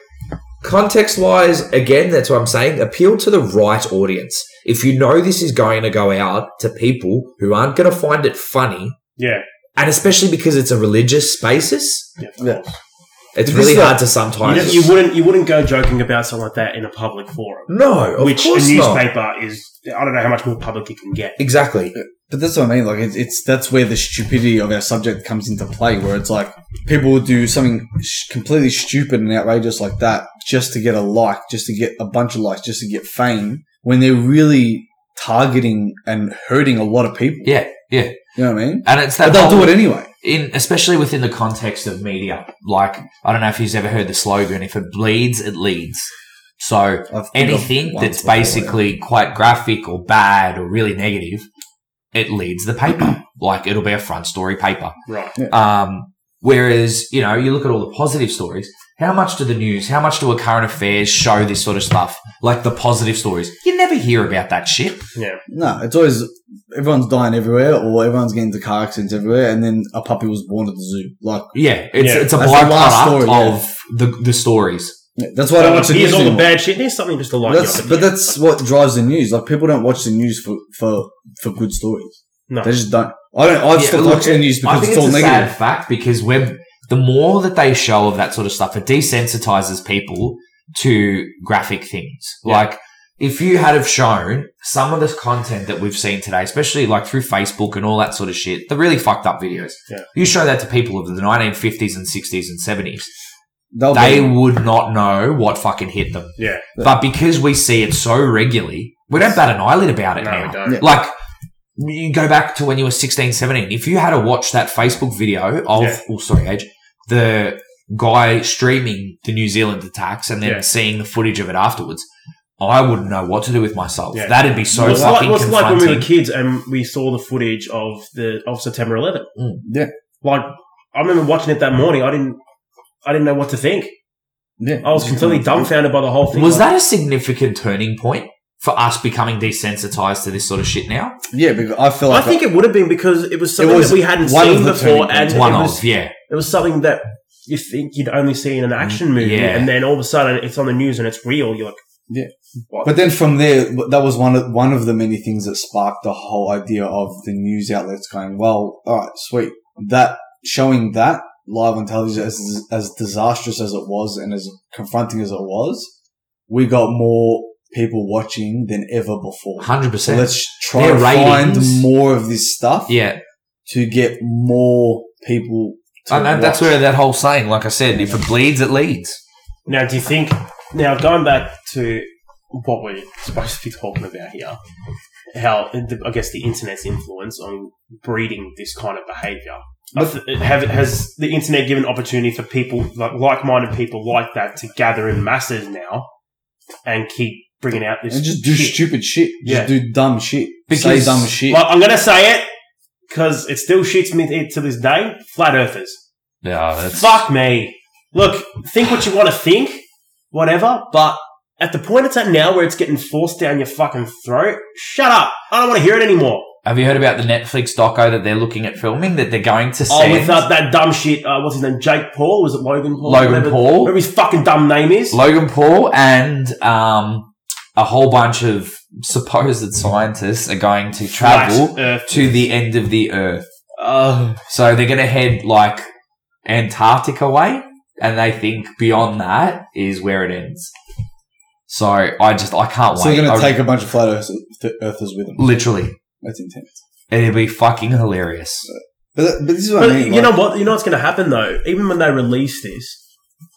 C: context wise, again, that's what I'm saying. Appeal to the right audience. If you know this is going to go out to people who aren't going to find it funny,
B: Yeah,
C: and especially because it's a religious basis,
B: yeah. of
A: Yeah.
B: course.
C: it's
A: This
C: really
A: is a-
C: hard to
B: You,
C: sometimes.
B: don't- you wouldn't you wouldn't go joking about something like that in a public forum,
C: no, of
B: which a
C: course not.
B: newspaper is. I don't know how much more public it can get.
C: Exactly.
A: But that's what I mean. Like it's, it's that's where the stupidity of our subject comes into play, where it's like people will do something sh- completely stupid and outrageous like that just to get a like, just to get a bunch of likes, just to get fame, when they're really targeting and hurting a lot of people.
C: Yeah, yeah.
A: You know what I mean?
C: And it's
A: But
C: that
A: they'll
C: whole-
A: do it anyway.
C: in especially within the context of media. Like I don't know if you've ever heard the slogan: "If it bleeds, it leads." So
A: I've think of
C: anything
A: once
C: that's
A: before, yeah.
C: basically quite graphic or bad or really negative, it leads the paper. like it'll be a front story paper.
B: Right.
C: Um, whereas you know you look at all the positive stories. How much do the news? How much do a current affairs show this sort of stuff? Like the positive stories, you never hear about that shit.
B: Yeah.
A: No, it's always everyone's dying everywhere, or everyone's getting into car accidents everywhere, and then a puppy was born at the zoo. Like
C: Yeah, it's
B: Yeah.
C: it's a
A: That's the last
C: byproduct
A: story, yeah.
C: of the the stories.
A: that's why I don't watch the
B: here's
A: news
B: all the
A: anymore.
B: bad shit. Here's something just to like.
A: That's, but that's what drives the news. Like people don't watch the news for for, for good stories.
B: No.
A: They just don't. I don't. I've
C: Yeah,
A: stopped
C: look,
A: watching the news
C: I
A: because
C: think
A: it's
C: it's,
A: all
C: a
A: negative.
C: sad fact because we're the more that they show of that sort of stuff, it desensitizes people to graphic things.
B: Yeah.
C: Like if you had have shown some of this content that we've seen today, especially like through Facebook and all that sort of shit, the really fucked up videos.
B: Yeah.
C: You show that to people of the 1950s and 60s and 70s,
A: They'll
C: they
A: be-
C: would not know what fucking hit them.
B: Oh, yeah.
C: But because we see it so regularly, we don't bat an eyelid about it
B: No,
C: now.
B: we don't.
A: Yeah.
C: Like, you go back to when you were 16, 17. If you had to watch that Facebook video of,
B: Yeah.
C: oh, sorry, age, the guy streaming the New Zealand attacks and then
B: Yeah.
C: seeing the footage of it afterwards, I wouldn't know what to do with myself.
B: Yeah.
C: That'd be so
B: what's like,
C: fucking
B: what's like when
C: confronting.
B: we were kids and we saw the footage of the of September 11th?
C: Mm.
A: Yeah.
B: Like I remember watching it that morning. I didn't I didn't know what to think.
A: Yeah,
B: I was completely dumbfounded by the whole thing.
C: Mm-hmm. was
B: Like,
C: that a significant turning point for us becoming desensitized to this sort of shit now?
A: Yeah, because I feel
B: I
A: like
B: think it would have been because it was something
A: was
B: that we hadn't
A: one of
B: seen
A: the
B: before,
A: turning
B: and
A: points.
B: it
C: One
B: was
C: of, yeah.
B: it was something that you think you'd only see in an action movie,
C: Mm, yeah.
B: and then all of a sudden it's on the news and it's real. You're like,
A: Yeah.
B: what?
A: But then from there, that was one of one of the many things that sparked the whole idea of the news outlets going, "Well, all right, sweet." That showing that live on television, as as disastrous as it was and as confronting as it was, we got more people watching than ever before.
C: 100%.
A: So let's try
C: Their
A: to
C: ratings-
A: find more of this stuff
C: yeah.
A: to get more people. To
C: And that- that's
A: watch.
C: where that whole saying, like I said, if it bleeds, it leads.
B: Now, do you think? Now, going back to what we're supposed to be talking about here, how the, I guess the internet's influence on breeding this kind of behaviour. I th- Have, has the internet given opportunity for people like like-minded people like that to gather in masses now and keep bringing out this?
A: and just do
B: shit?
A: stupid shit. Just
B: Yeah.
A: do dumb shit. Say
C: Because-
A: dumb shit.
B: Well, I'm gonna say it because it still shoots me to to this day. Flat Earthers.
C: Yeah, that's
B: Fuck me. Look, think what you want to think, whatever, but at the point it's at now where it's getting forced down your fucking throat, shut up. I don't want to hear it anymore.
C: Have you heard about the Netflix doco that they're looking at filming that they're going to
B: Oh, with
C: send?
B: that, that dumb shit, uh, what's his name? Jake Paul? Was it Logan Paul?
C: Logan
B: Whatever-
C: Paul.
B: Whatever his fucking dumb name is.
C: Logan Paul and um, a whole bunch of supposed scientists are going to travel
B: Flat Earth.
C: to the end of the Earth.
B: Ugh.
C: So they're going to head like Antarctica way, and they think beyond that is where it ends. So I just I can't
A: so
C: wait.
A: they're going
C: I-
A: to take a bunch of flat earthers, earthers with them.
C: literally,
A: That's intense.
C: it'll be fucking hilarious.
A: But, that- but this is what
B: But
A: I mean.
B: you
A: like-
B: know what? You know what's going to happen though? Even when they release this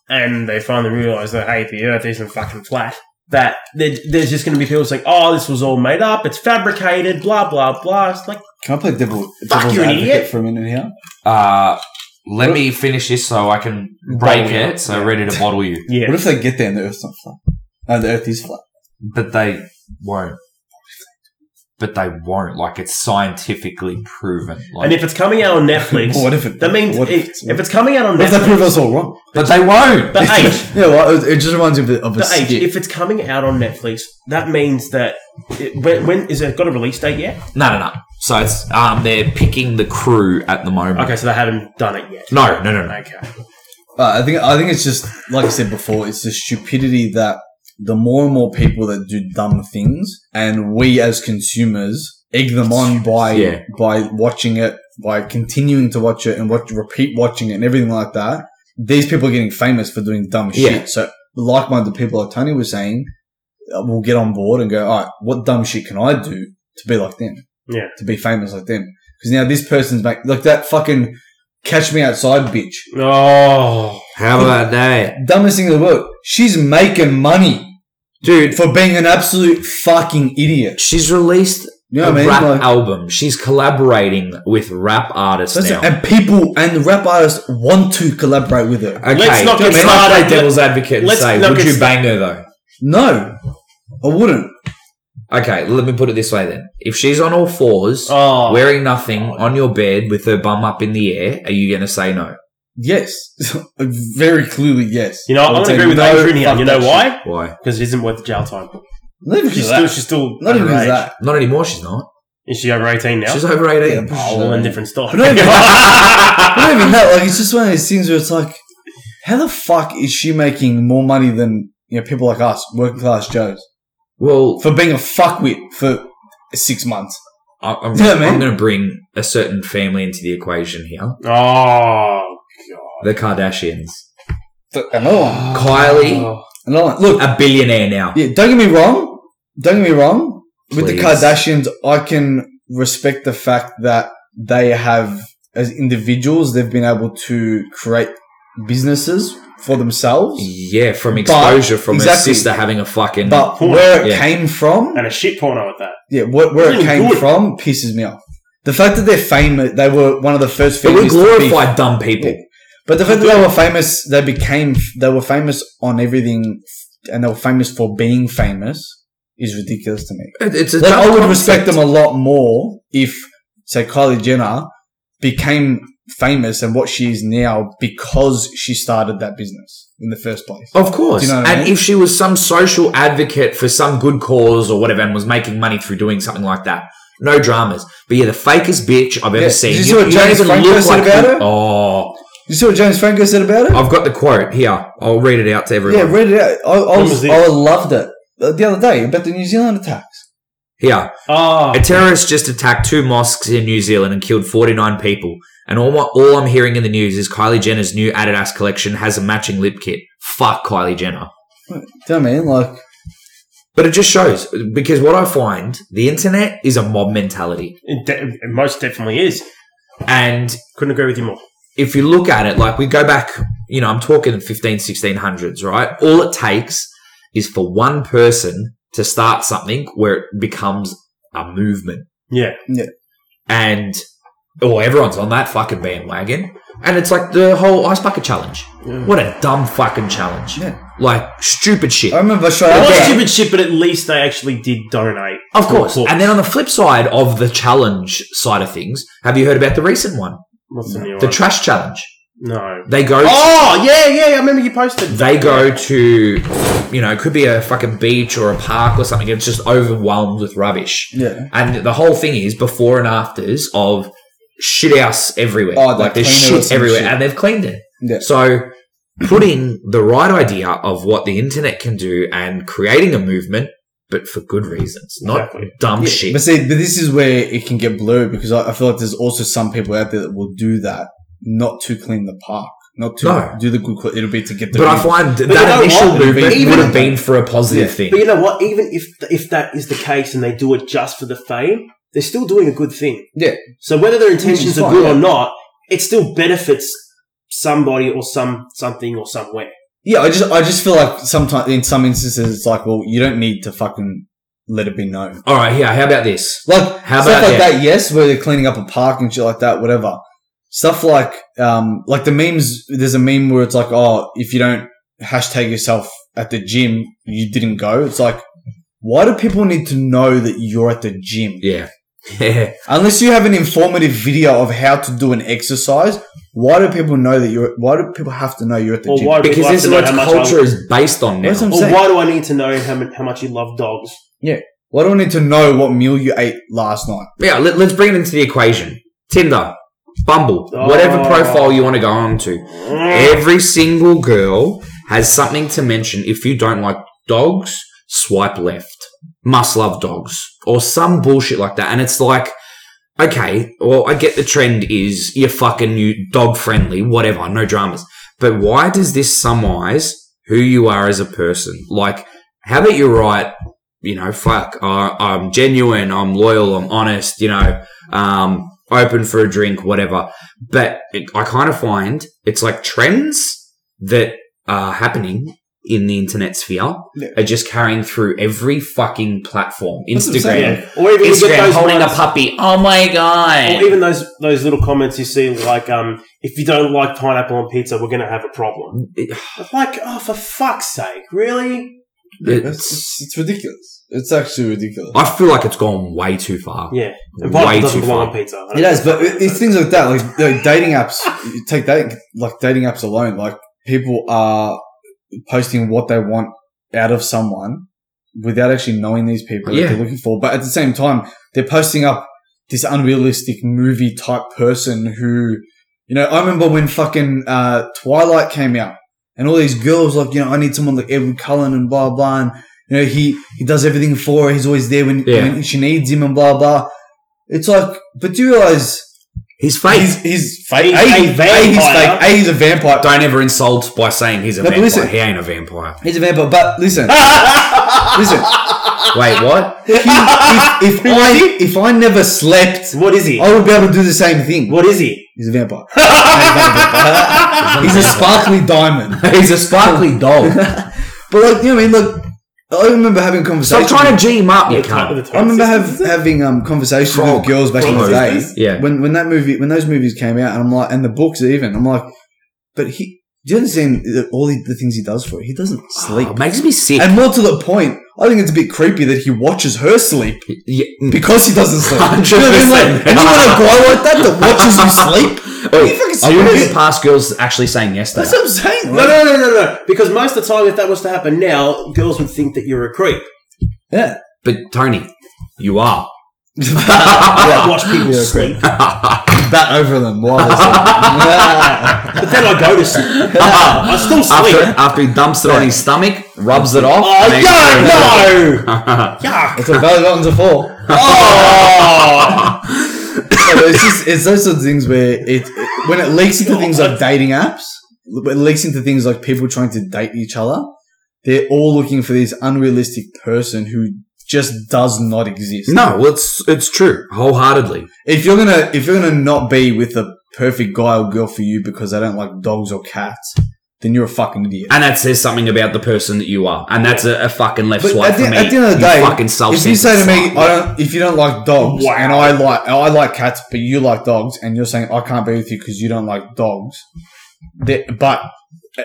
B: and they finally realize that, hey, the earth isn't fucking flat, that there- there's just going to be people saying, oh, this was all made up, it's fabricated, blah, blah, blah. It's like,
A: can I play devil,
B: Fuck,
A: devil's
B: you're an
A: advocate
B: idiot.
A: for a minute here?
C: Uh, let me finish this so I can break
B: Bottle you
C: it.
B: up,
C: So
B: yeah.
C: ready to bottle you,
B: Yeah.
A: What if they get there and the Earth's not flat? No, the Earth is flat.
C: but they won't. But they won't. Like it's scientifically proven. Like,
B: and if it's coming out on Netflix,
A: Or what if it?
B: that means
A: what
B: if,
A: it's-
B: if it's coming out on
A: what if they
B: Netflix,
A: prove us all wrong?
C: but they won't.
B: the age,
A: Yeah, well, it, it just reminds me of a, of a
B: the age.
A: skit.
B: If it's coming out on Netflix, that means that it, when, when is it got a release date yet?
C: No, no, no. So it's um, they're picking the crew at the moment.
B: Okay, so they haven't done it yet.
C: No, no, no, no.
B: Okay.
A: Uh, I think I think it's just like I said before. It's the stupidity that the more and more people that do dumb things, and we as consumers egg them on by
C: Yeah.
A: by watching it, by continuing to watch it, and watch repeat watching it, and everything like that. These people are getting famous for doing dumb
C: Yeah.
A: shit. So like-minded people, like Tony was saying, uh, will get on board and go, "All right, what dumb shit can I do to be like them?
B: Yeah.
A: to be famous like them." Because now this person's make like that fucking catch me outside bitch
B: Oh,
C: How about that,
A: dumbest thing in the world. She's making money
C: dude?
A: for being an absolute fucking idiot.
C: She's released
A: You know
C: a
A: what I mean?
C: rap
A: Like,
C: album. She's collaborating with rap artists
A: that's
C: now.
A: it. and people and the rap artists want to collaborate with her.
C: okay,
B: Let's not get
C: Can I
B: started.
C: play devil's advocate and
B: Let's
C: say,
B: not
C: would
B: get
C: you
B: st-
C: bang her though?
A: No, I wouldn't.
C: Okay, let me put it this way then. If she's on all fours,
B: oh,
C: wearing nothing, on your bed with her bum up in the air, are you going to say no?
A: Yes, very clearly yes.
B: you know,
A: I
B: I'm
A: would
B: gonna
A: say
B: agree with
A: no,
B: Adrian here.
A: fuck
B: You know
A: that shit.
B: why?
C: Why?
B: Because it isn't worth the jail time.
A: Not even
B: She's
A: just
B: still,
A: that.
B: she's still
A: Not even just
B: underage.
A: that.
C: Not anymore. She's not.
B: Is she over 18 now?
C: She's over
A: Yeah,
C: eighteen.
A: but
B: oh, well, then different story.
A: But not even Not even that. Like it's just one of these things where it's like, how the fuck is she making more money than you know people like us, working class Joes,
C: Well,
A: for being a fuckwit for six months?
C: I- I'm,
A: Yeah, man.
C: I'm going to bring a certain family into the equation here:
B: oh,
C: the Kardashians.
A: Another one.
C: Kylie,
A: Another one. Look,
C: a billionaire now.
A: Yeah, don't get me wrong. Don't get me wrong. With the
C: Uh, Please.
A: Kardashians, I can respect the fact that they have, as individuals, they've been able to create businesses for themselves.
C: Yeah, from exposure from
A: exactly.
C: her sister having a fucking.
A: But
B: Cool.
A: where it
C: Yeah.
A: came from,
B: and a shit porno at that.
A: yeah, where, where it
B: Really
A: came
B: good.
A: from pisses me off. The fact that they're famous, they were one of the first
C: but we
A: families. to be-
C: glorify dumb people.
A: But the fact that they were famous, they became, they were famous on everything, and they were famous for being famous, is ridiculous to me.
C: It- It's a
A: Like,
C: dumb
A: I would
C: concept.
A: respect them a lot more if, say, Kylie Jenner became famous and what she is now because she started that business in the first place.
C: Of course.
A: Do you know what I
C: and
A: mean?
C: if she was some social advocate for some good cause or whatever and was making money through doing something like that, no dramas. But yeah, the fakest bitch I've ever
A: Yeah.
C: seen.
A: Did you see what
C: don't
A: James
C: even
A: Franco
C: look
A: said about
C: the-
A: her?
C: Oh,
A: You see what James Franco said about it?
C: I've got the quote here. I'll read it out to everyone.
A: yeah, read it out. I, I,
B: When
A: was,
B: was this?
A: I loved it Uh, the other day about the New Zealand attacks.
C: here.
B: Ah,
C: A terrorist just attacked two mosques in New Zealand and killed 49 people. And all, my, all I'm hearing in the news is Kylie Jenner's new Adidas collection has a matching lip kit. Fuck Kylie Jenner.
A: Do you know what I mean? Like,
C: But it just shows because what I find the internet is a mob mentality.
B: it, de- it most definitely is.
C: And
B: Couldn't agree with you more.
C: if you look at it, like we go back, you know, I'm talking 15, 1600s, right? All it takes is for one person to start something where it becomes a movement.
B: Yeah.
C: And, oh, everyone's on that fucking bandwagon. And it's like the whole ice bucket challenge. What a dumb fucking challenge.
A: Yeah.
C: Like, stupid shit.
A: I
B: Um,
A: remember straight
B: It was
A: away-
B: stupid shit, but at least they actually did donate.
C: Of
B: to the
C: course.
B: cause.
C: And then on the flip side of the challenge side of things, have you heard about the recent one?
B: What's the new
C: The
B: one?
C: trash challenge.
B: no.
C: They go
B: Oh yeah, yeah. I remember you posted.
C: they go to, you know, it could be a fucking beach or a park or something. It's just overwhelmed with rubbish.
A: Yeah.
C: And the whole thing is before and afters of shit house everywhere.
A: Oh, they
C: like there's
A: clean it or
C: shit
A: some
C: everywhere
A: shit.
C: and they've cleaned it.
A: Yeah.
C: So putting the right idea of what the internet can do and creating a movement, but for good reasons, not
B: Exactly.
C: dumb
A: Yeah,
C: shit.
A: But see, but this is where it can get blurred because I, I feel like there's also some people out there that will do that not to clean the park, not to
C: No.
A: do the good. qu- It'll be to get the.
C: But I find that,
B: But you know
C: initial
B: what?
C: movement
B: Even-
C: would have been for a positive
A: Yeah.
C: thing.
B: But you know what? Even if if that is the case and they do it just for the fame, they're still doing a good thing.
A: Yeah.
B: So whether their
A: Which
B: intentions
A: is
B: are
A: fine,
B: good
A: yeah.
B: or not, it still benefits somebody or some something or somewhere.
A: yeah, I just I just feel like sometimes in some instances it's like, well, you don't need to fucking let it be known.
C: All right, yeah. How about this?
A: Like
C: How
A: stuff
C: about
A: like
C: that?
A: that, yes, where they're cleaning up a park and shit like that, whatever. Stuff like um like the memes. There's a meme where it's like, oh, if you don't hashtag yourself at the gym, you didn't go. It's like, why do people need to know that you're at the gym?
C: Yeah. Yeah.
A: Unless you have an informative video of how to do an exercise, why do people know that you're? Why do people have to know you're at the
B: Or
A: gym?
B: why do we
C: Because
B: like
C: this
B: to
C: is
B: know
C: what
B: how much
C: culture
B: I,
C: is based on now.
A: That's what I'm
B: Or
A: saying.
B: why do I need to know how, mu- how much you love dogs?
A: Why do I need to know what meal you ate last night?
C: Yeah, let, us bring it into the equation. Tinder, Bumble, whatever
B: Oh.
C: profile you want to go on to. Every single girl has something to mention. If you don't like dogs, swipe left. Must love dogs. Or some bullshit like that. And it's like, okay, well, I get the trend is you're fucking you dog friendly, whatever, no dramas. But why does this summarize who you are as a person? Like, how about you write, you know, fuck, I I'm genuine, I'm loyal, I'm honest, you know, um, open for a drink, whatever. But it, I kind of find it's like trends that are happening in the internet sphere
A: Yeah.
C: are just carrying through every fucking platform.
A: That's what I'm saying.
C: Instagram,
B: Or even you get
C: Instagram
B: those
C: holding a
B: ones-
C: puppy. Oh my god!
B: Or even those those little comments you see, like, um, if you don't like pineapple on pizza, we're going to have a problem. Like, oh, for fuck's sake, really?
A: It's, it's, it's ridiculous. It's actually ridiculous.
C: I feel like it's gone way too far.
B: Yeah. And
C: Way
B: pineapple doesn't
C: too
B: belong on
C: far.
B: pizza. I don't
A: It is,
B: know.
A: but it- it's things like that, like, like dating apps. You take that, like dating apps alone. Like people are posting what they want out of someone without actually knowing these people that
C: Yeah.
A: they're looking for. But at the same time, they're posting up this unrealistic movie type person who, you know, I remember when fucking uh, Twilight came out, and all these girls like, you know, I need someone like Edward Cullen and blah blah, and you know, he he does everything for her. He's always there when,
C: Yeah.
A: when she needs him and blah blah. It's like, but do you realize
C: He's fake.
A: he's he's
B: He's
A: fake?
B: a
A: A, he's
B: vampire.
A: fake. A, he's a vampire.
C: Don't ever insult by saying he's a
A: No, but
C: vampire.
A: listen-
C: he ain't a vampire.
A: He's a vampire. But listen, listen.
C: Wait, what?
A: If, if, if I if I never slept,
B: what is he?
A: I would be able to do the same thing.
B: What is he?
A: He's a vampire. he's a sparkly diamond.
C: he's a sparkly dog.
A: But like you know, what I mean, look, I remember having
C: Stop
A: conversations.
C: trying to G him up, you
B: Top of the
C: cunt.
B: top.
A: I remember have, having um, conversations
C: Frog.
A: with girls back in the
C: Frog.
A: day.
C: Yeah.
A: When when that movie when those movies came out, and I'm like, and the books even, I'm like, But he, do you understand that all he, the things he does for it? He doesn't sleep.
C: Oh, it makes me sick.
A: and more to the point, I think it's a bit creepy that he watches her sleep
C: Yeah,
A: because he doesn't sleep. You know what I mean? Like,
C: 100%.
A: anyone a guy like that that watches you sleep?
C: Oh,
A: Are you fucking
C: I wouldn't
A: serious?
C: get past girls actually saying yes though.
A: That's what I'm saying.
B: No,
A: Like,
B: no, no, no, no. Because most of the time, if that was to happen now, girls would think that you're a creep.
A: yeah.
C: but Tony, you are.
B: I watch people
A: Ah. You're a
B: sleep,
A: creep. Bat over them while they
B: but then I go to sleep.
A: Ah.
B: I still
A: Oh,
B: sleep.
C: after, after he dumps it on his stomach, rubs it off.
B: oh
C: and
B: yeah, no!
C: then-
B: Yuck.
A: That's what Valley Mountains are for.
B: Oh!
A: Yeah, but it's just it's those sorts of things where it, it- when it leaks into things like dating apps, when it leaks into things like people trying to date each other, they're all looking for this unrealistic person who just does not exist.
C: no, well, it's it's true wholeheartedly.
A: If you're gonna if you're gonna not be with the perfect guy or girl for you because they don't like dogs or cats, then you're a fucking idiot.
C: And that says something about the person that you are. And that's a, a fucking left
A: But
C: swipe
A: at the-
C: for me.
A: at the end of the day,
C: you fucking self
A: If you say to me, I don't, if you don't like dogs,
B: Wow.
A: and I like, I like cats, but you like dogs, and you're saying I can't be with you because you don't like dogs, that- but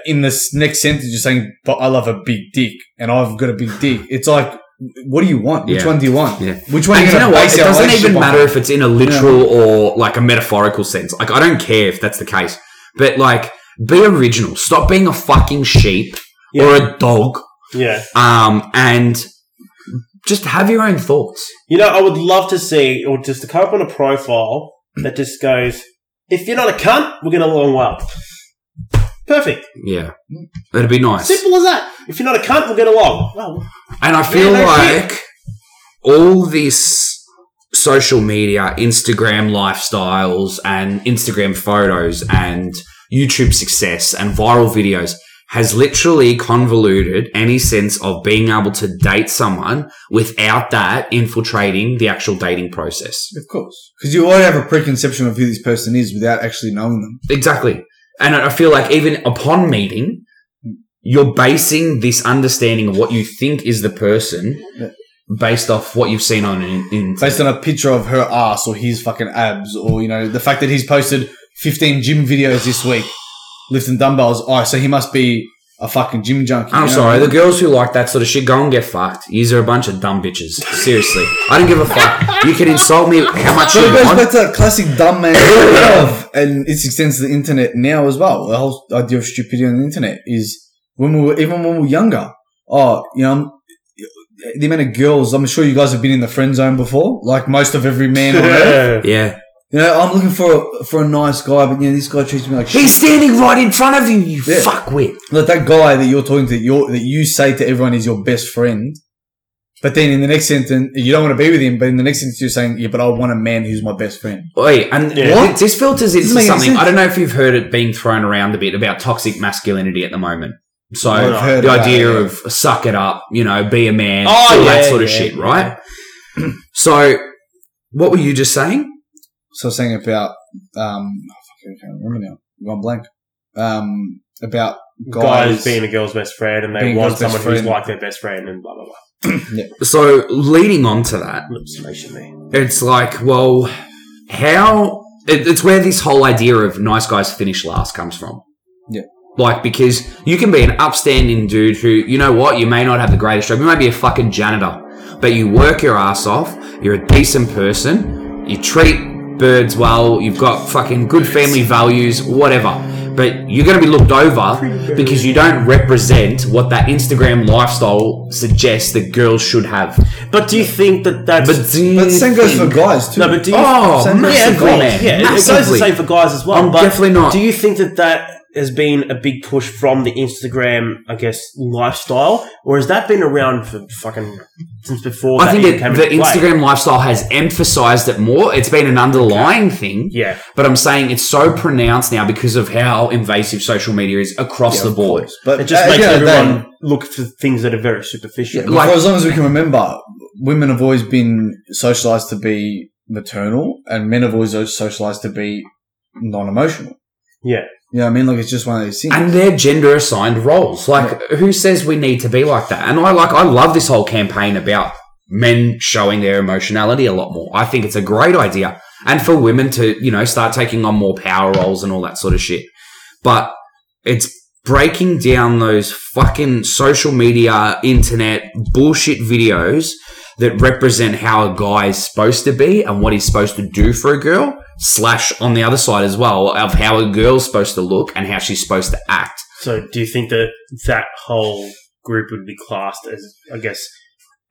A: in this next sentence you're saying, but I love a big dick, and I've got a big dick. It's like, what do you want? Which
C: Yeah.
A: one do you want?
C: Yeah.
A: Which one? Are
C: And
A: you
C: you know
A: gonna
C: what?
A: base
C: It
A: our
C: doesn't even
A: relationship
C: matter
A: on?
C: if it's in a literal or like a metaphorical sense. Like I don't care if that's the case. But like, be original. Stop being a fucking sheep or a dog.
B: Yeah.
C: Um, and just have your own thoughts.
B: You know, I would love to see, or just to come up on a profile that just goes, if you're not a cunt, we're going to long well. Perfect.
C: Yeah, that'd be nice.
B: Simple as that. If you're not a cunt, we'll get along. Well,
C: And I feel
B: Yeah, no
C: like all this social media, Instagram lifestyles, and Instagram photos, and YouTube success and viral videos has literally convoluted any sense of being able to date someone without that infiltrating the actual dating process.
A: Of course, because you already have a preconception of who this person is without actually knowing them.
C: Exactly. And I I feel like even upon meeting, you're basing this understanding of what you think is the person
A: Yeah.
C: based off what you've seen on in, in
A: based on a picture of her ass or his fucking abs or you know the fact that he's posted 15 gym videos this week lifting dumbbells oh so he must be a fucking gym junkie
C: I'm
A: you know?
C: sorry, the girls who like that sort of shit go and get fucked. These are a bunch of dumb bitches. Seriously. I don't give a fuck. You can insult me how much
A: so
C: you
A: it goes back
C: want.
A: to that classic dumb man of, and it extends to the internet now as well the whole idea of stupidity on the internet is when we were even when we were younger oh you know the amount of girls I'm sure you guys have been in the friend zone before like most of every man on earth
C: Yeah.
A: you know I'm looking for a, for a nice guy but you know this guy treats me like shit
C: He's standing right in front of you, you
A: Yeah.
C: fuckwit.
A: Like that guy that you're talking to, your that you say to everyone is your best friend, but then in the next sentence you don't want to be with him. But in the next sentence you're saying, "Yeah, but I want a man who's my best friend."
C: Wait, and
B: Yeah.
C: what? this filters into
A: Doesn't make any
C: something.
A: sense.
C: I don't know if you've heard it being thrown around a bit about toxic masculinity at the moment. So
A: I've Oh, heard
C: the
A: about
C: idea
A: it, yeah.
C: of suck it up, you know, be a man,
B: Oh,
C: all that
B: yeah,
C: sort of
B: yeah,
C: shit,
B: yeah.
C: right? so what were you just saying?
A: So saying about um, oh, fuck, I can't remember now. I've Gone blank. Um, about guys,
B: guys being a girl's best friend and they
A: Being a
B: want
A: girl's best
B: someone who's
A: friend.
B: like their best friend and blah, blah, blah.
C: So leading on to that,
B: Lips station there.
C: it's like, well, how it, it's where this whole idea of nice guys finish last comes from.
A: Yeah.
C: Like because you can be an upstanding dude who, you know what, you may not have the greatest job, you may be a fucking janitor, but you work your ass off. You're a decent person. You treat birds well. You've got fucking good family values, whatever. But you're going to be looked over because you don't represent what that Instagram lifestyle suggests that girls should have.
B: But do you think that that's.
C: But, do you
A: but the same goes for
C: think-
A: guys too.
B: no, but do you.
C: Oh,
A: Same
B: yeah, of
C: massively,
B: course.
C: man.
B: Yeah, it goes the
C: massively.
B: same for guys as well.
C: I'm
B: but
C: definitely not.
B: Do you think that that has been a big push from the Instagram, I guess, lifestyle? Or has that been around for fucking. since before
C: I think
B: even
C: that
B: came
C: the
B: into play?
C: Instagram lifestyle has emphasized it more. It's been an underlying thing,
B: Yeah.
C: but I'm saying it's so pronounced now because of how invasive social media is across the board.
A: but
B: It just
A: Uh, at the
B: makes
A: end of the day-
B: everyone look for things that are very superficial.
A: Yeah,
C: Like-
A: for as long as we can remember, women have always been socialized to be maternal, and men have always socialized to be non-emotional.
B: Yeah.
A: you know what I mean. Like it's just one of these things.
C: And they're gender assigned roles. Like, who says we need to be like that? And I like, I love this whole campaign about men showing their emotionality a lot more. I think it's a great idea. And for women to, you know, start taking on more power roles and all that sort of shit. But It's breaking down those fucking social media, internet bullshit videos that represent how a guy is supposed to be and what he's supposed to do for a girl, slash on the other side as well of how a girl's supposed to look and how she's supposed to act.
B: So, do you think that that whole group would be classed as, I guess,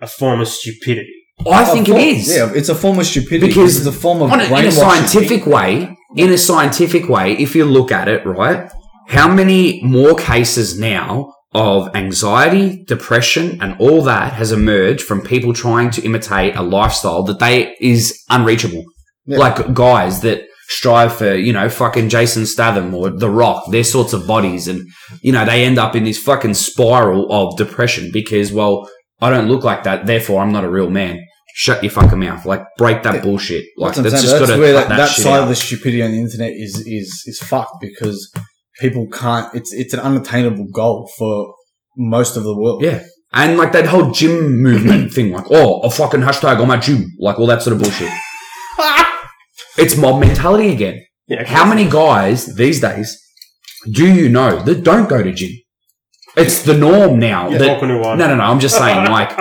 B: a form of stupidity?
C: I think
A: Of
C: it
A: course,
C: is.
A: Yeah, it's a form of stupidity.
C: Because
A: Because it's a form of
C: on a, in a
A: brainwashing.
C: scientific way, in a scientific way, if you look at it, right, how many more cases now of anxiety, depression, and all that has emerged from people trying to imitate a lifestyle that they is unreachable?
A: Yeah.
C: Like guys that strive for, you know, fucking Jason Statham or The Rock, their sorts of bodies. And, you know, they end up in this fucking spiral of depression because, well, I don't look like that. Therefore, I'm not a real man. Shut your fucking mouth. Like, break that
A: Yeah.
C: bullshit. Like,
A: That's,
C: that's,
A: what I'm saying,
C: just got
A: that's
C: to
A: where that,
C: cut that,
A: that
C: shit
A: side
C: out.
A: of the stupidity on the internet is is is fucked because people can't. It's it's an unattainable goal for most of the world.
C: Yeah. And like that whole gym movement thing, like, oh, a fucking hashtag on my gym, like all that sort of bullshit. it's mob mentality again.
B: Yeah,
C: How many guys these days do you know that don't go to gym? It's the norm now.
B: Yeah,
C: that-
B: walking to one.
C: no, no, no. I'm just saying, like,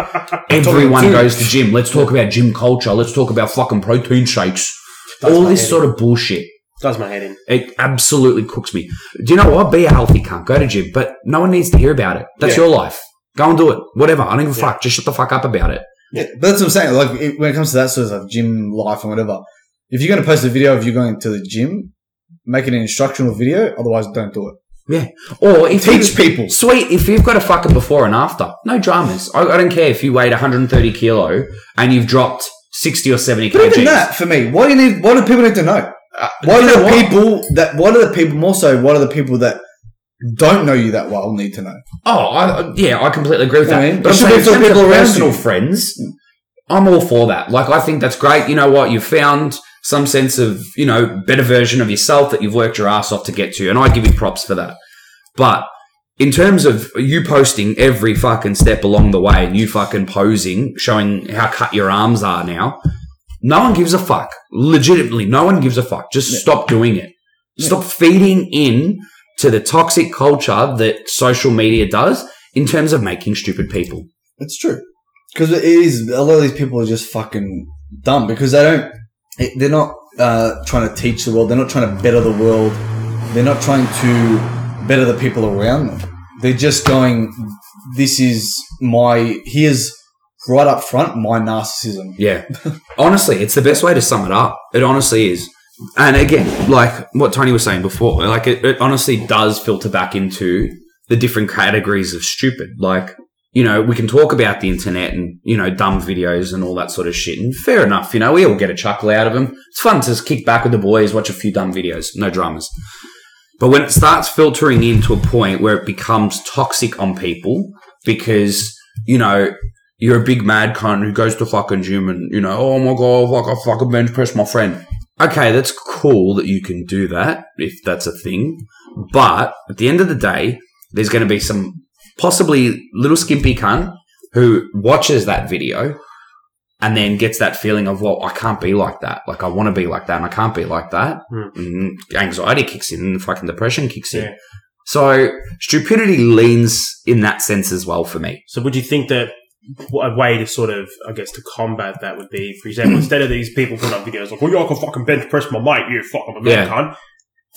C: everyone goes to gym. Let's talk about gym culture. Let's talk about fucking protein shakes.
B: That's
C: all
B: my
C: this
B: head
C: sort of bullshit.
B: Does my head in.
C: It absolutely cooks me. Do you know what? Be a healthy cunt. Go to gym. But no one needs to hear about it. That's
B: Yeah.
C: your life. Go and do it. Whatever. I don't give a fuck. Just shut the fuck up about it.
A: Yeah, but that's what I'm saying. Like it, when it comes to that sort of stuff, gym life and whatever. If you're going to post a video of you going to the gym, make it an instructional video. Otherwise, don't do it.
C: Or if
A: Teach
C: you,
A: people.
C: sweet, if you've got a fucking before and after, no dramas. I, I don't care if you weighed 130 kilo and you've dropped 60 or 70
A: But even
C: kg.
A: that for me, what do you need? What do people need to know?
C: Uh,
A: What
C: you
A: are
C: know
A: the people that? What are the people more so? What are the people that don't know you that well need to know?
C: Oh, I, I- yeah, I completely agree with
A: You know
C: that.
A: what I mean?
C: But
A: It
C: I'm
A: should
C: saying
A: be for
C: in terms
A: people
C: of
A: around
C: personal
A: you.
C: friends, I'm all for that. Like, I think that's great. You know what? You've found some sense of, you know, better version of yourself that you've worked your ass off to get to. And I give you props for that. But in terms of you posting every fucking step along the way and you fucking posing, showing how cut your arms are now, no one gives a fuck. Legitimately, no one gives a fuck. Just
A: Yeah.
C: stop doing it.
A: Yeah.
C: Stop feeding in to the toxic culture that social media does in terms of making stupid people.
A: It's true. Because it is, a lot of these people are just fucking dumb because they don't, it- they're not uh, trying to teach the world. They're not trying to better the world. They're not trying to better the people around them. They're just going, this is my, here's right up front my narcissism.
C: Yeah. honestly, it's the best way to sum it up. It honestly is. And again, like what Tony was saying before, like it, it honestly does filter back into the different categories of stupid. Like, you know, we can talk about the internet and, you know, dumb videos and all that sort of shit. And fair enough, you know, we all get a chuckle out of them. It's fun to just kick back with the boys, watch a few dumb videos, no dramas. But when it starts filtering in to a point where it becomes toxic on people because, you know, you're a big mad cunt who goes to fucking gym and, you know, oh my god, fuck, I fucking bench press my friend. Okay, that's cool that you can do that if that's a thing. But at the end of the day, there's going to be some possibly little skimpy cunt who watches that video and then gets that feeling of, well, I can't be like that. Like, I want to be like that and I can't be like that.
B: Hmm.
C: And anxiety kicks in and fucking depression kicks in.
B: Yeah.
C: So stupidity leans in that sense as well for me.
B: So would you think that a way to sort of, I guess, to combat that would be, for example, instead of these people putting up videos like, well, yeah, I can fucking bench press my mate, you fucking I'm a
C: Yeah.
B: cunt.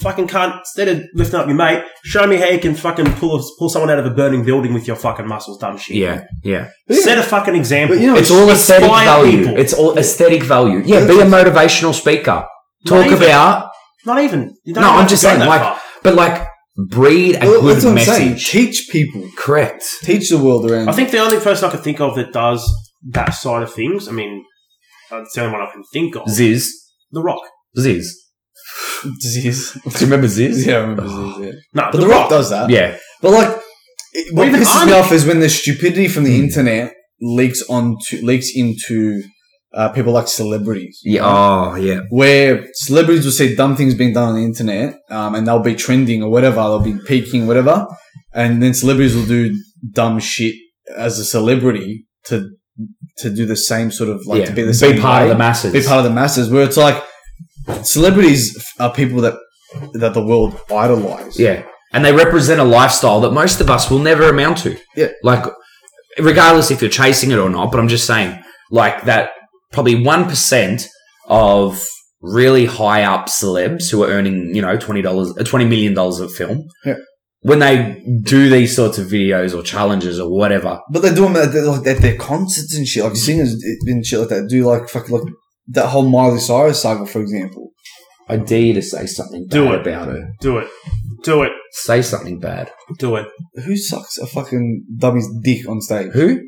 B: Fucking cunt, instead of lifting up your mate, show me how you can fucking pull pull someone out of a burning building with your fucking muscles, dumb shit.
C: Yeah, yeah.
B: Set a fucking example.
A: But you know,
C: It's all aesthetic
B: inspire
C: value.
B: people.
C: It's all aesthetic value. Yeah, be a motivational speaker. Talk
B: even-
C: about
B: Not even. You don't
C: no.
B: even have
C: I'm
B: to
C: just
B: go
C: saying,
B: that
C: like,
B: far.
C: but like, breed a
A: Well,
C: good
A: that's what I'm saying.
C: message.
A: Teach people.
C: Correct.
A: Teach the world around
B: I think the only person I could think of that does that side of things, I mean, that's the only one I can think of.
C: Ziz,
B: the Rock.
C: Ziz.
A: disease.
C: Do you remember Ziz?
A: Yeah, I remember disease, yeah.
B: No,
A: But The Rock does that.
C: Yeah,
A: But like, it, what
B: Even
A: pisses
B: I'm-
A: me off is when the stupidity from
C: Hmm.
A: the internet leaks onto leaks into uh, people like celebrities,
C: yeah. Oh, yeah.
A: where celebrities will see dumb things being done on the internet, um, and they'll be trending or whatever, they'll be peaking whatever, and then celebrities will do dumb shit as a celebrity to to do the same sort of like
C: yeah.
A: to be the same
C: part of
A: way
C: the masses.
A: be part of the masses. Where it's like celebrities are people that that the world idolize.
C: yeah, and they represent a lifestyle that most of us will never amount to.
D: Yeah.
C: Like, regardless if you're chasing it or not, but I'm just saying, like, that probably 1% of really high up celebs who are earning, you know, $20, uh, $20 million a film.
A: Yeah.
C: When they do these sorts of videos or challenges or whatever,
A: But they do them at, their- like, at their concerts and shit,
C: Mm-hmm.
A: like singers and shit like that. Do like fucking like that whole Miley Cyrus saga, for example.
C: I dare you to say something
B: Do
C: bad
B: it.
C: about her.
B: Do it. Do it.
C: Say something bad.
B: Do it.
A: Who sucks a fucking dummy's dick on stage?
C: Who?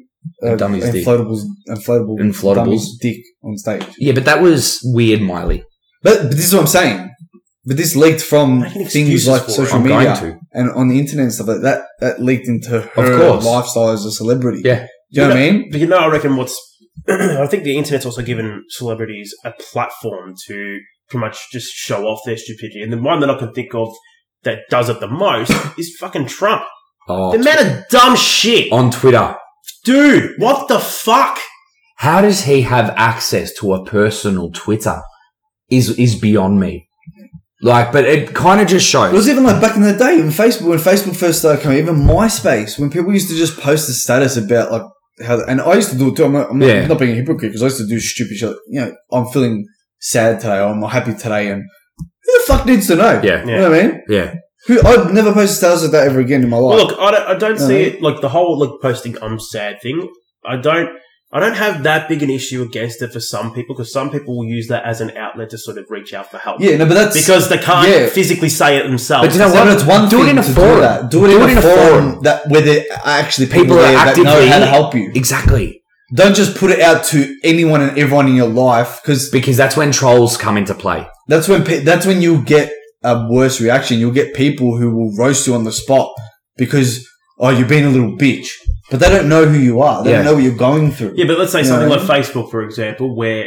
A: Uh,
C: Dummy's dick.
A: inflatables, inflatable,
C: Inflatables.
A: dummy's dick on stage.
C: Yeah, but that was weird, Miley.
A: But, but this is what I'm saying. But this leaked from
B: Making
A: things
B: excuses
A: like
B: for it.
A: social
C: I'm
A: media
C: going to.
A: and on the internet and stuff like that. That leaked into her
C: course.
A: lifestyle as a celebrity.
C: Yeah.
A: Do you know what I mean?
B: But you know, I reckon what's I think the internet's also given celebrities a platform to pretty much just show off their stupidity. And the one that I can think of that does it the most is fucking Trump.
C: Oh,
B: The amount of dumb shit,
C: on Twitter.
B: dude. What the fuck?
C: How does he have access to a personal Twitter? Is is beyond me. Like, but it kind of just
A: It
C: shows.
A: was even like back in the day when Facebook when Facebook first started coming, even MySpace when people used to just post a status about like how and I used to do it too. I'm not, I'm not,
C: Yeah.
A: I'm not being a hypocrite because I used to do stupid shit. You know, I'm feeling sad today or I'm happy today, and who the fuck needs to know?
C: yeah,
A: You know what I mean?
C: yeah.
A: Who I'd never post a status like that ever again in my life.
B: Well, look, I don't, I don't see
A: Mhm.
B: it like the whole like posting "I'm sad" thing. I don't, I don't have that big an issue against it for some people because some people will use that as an outlet to sort of reach out for help.
A: yeah, no, but that's
B: because they can't
A: yeah.
B: physically say it themselves.
C: But you know
A: So
C: what?
A: it's one
C: Do it
A: thing
C: in a
A: to
C: forum.
A: do that. Do it, in, a, forum, that where there are actually people,
C: People are
A: there that know
C: actively-
A: how to help you.
C: Exactly,
A: Don't just put it out to anyone and everyone in your life because
C: because that's when trolls come into play.
A: That's when pe- that's when you get a worse reaction. You'll get people who will roast you on the spot because oh you're being a little bitch, but they don't know who you are. They
C: Yeah.
A: don't know what you're going through.
B: Yeah, but let's say
A: You know
B: something
A: what I
B: like Facebook, for example, where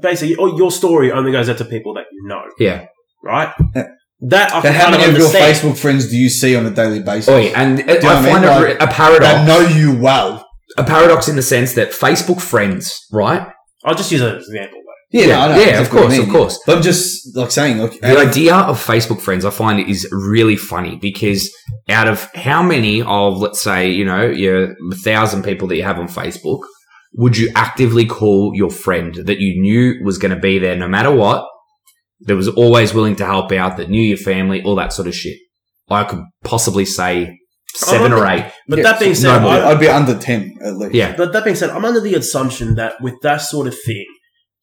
B: basically oh, your story only goes out to people that you know,
C: Yeah.
B: right?
A: Yeah.
B: That I
A: So
B: can
A: how
B: kind of
A: many of your
B: understand.
A: Facebook friends do you see on a daily basis
C: Oi, and it,
A: Do you know
C: I
A: what I
C: find
A: mean?
C: it re- a paradox.
A: that know you well?
C: a paradox in the sense that Facebook friends, right?
B: I'll just use it as an example. Though.
C: Yeah,
A: no, I know
C: yeah,
A: exactly
C: of course,
A: what you
C: of
A: mean.
C: course.
A: But I'm just like saying, like,
C: The idea of Facebook friends I find is really funny because out of how many of, let's say, you know, your thousand people that you have on Facebook, would you actively call your friend that you knew was going to be there no matter what, that was always willing to help out, that knew your family, all that sort of shit? I could possibly say seven
B: Oh,
C: or eight.
B: But
A: Yeah,
B: that being
C: so
B: said,
C: no,
B: I,
A: I'd be under ten at least.
C: Yeah.
B: But that being said, I'm under the assumption that with that sort of thing,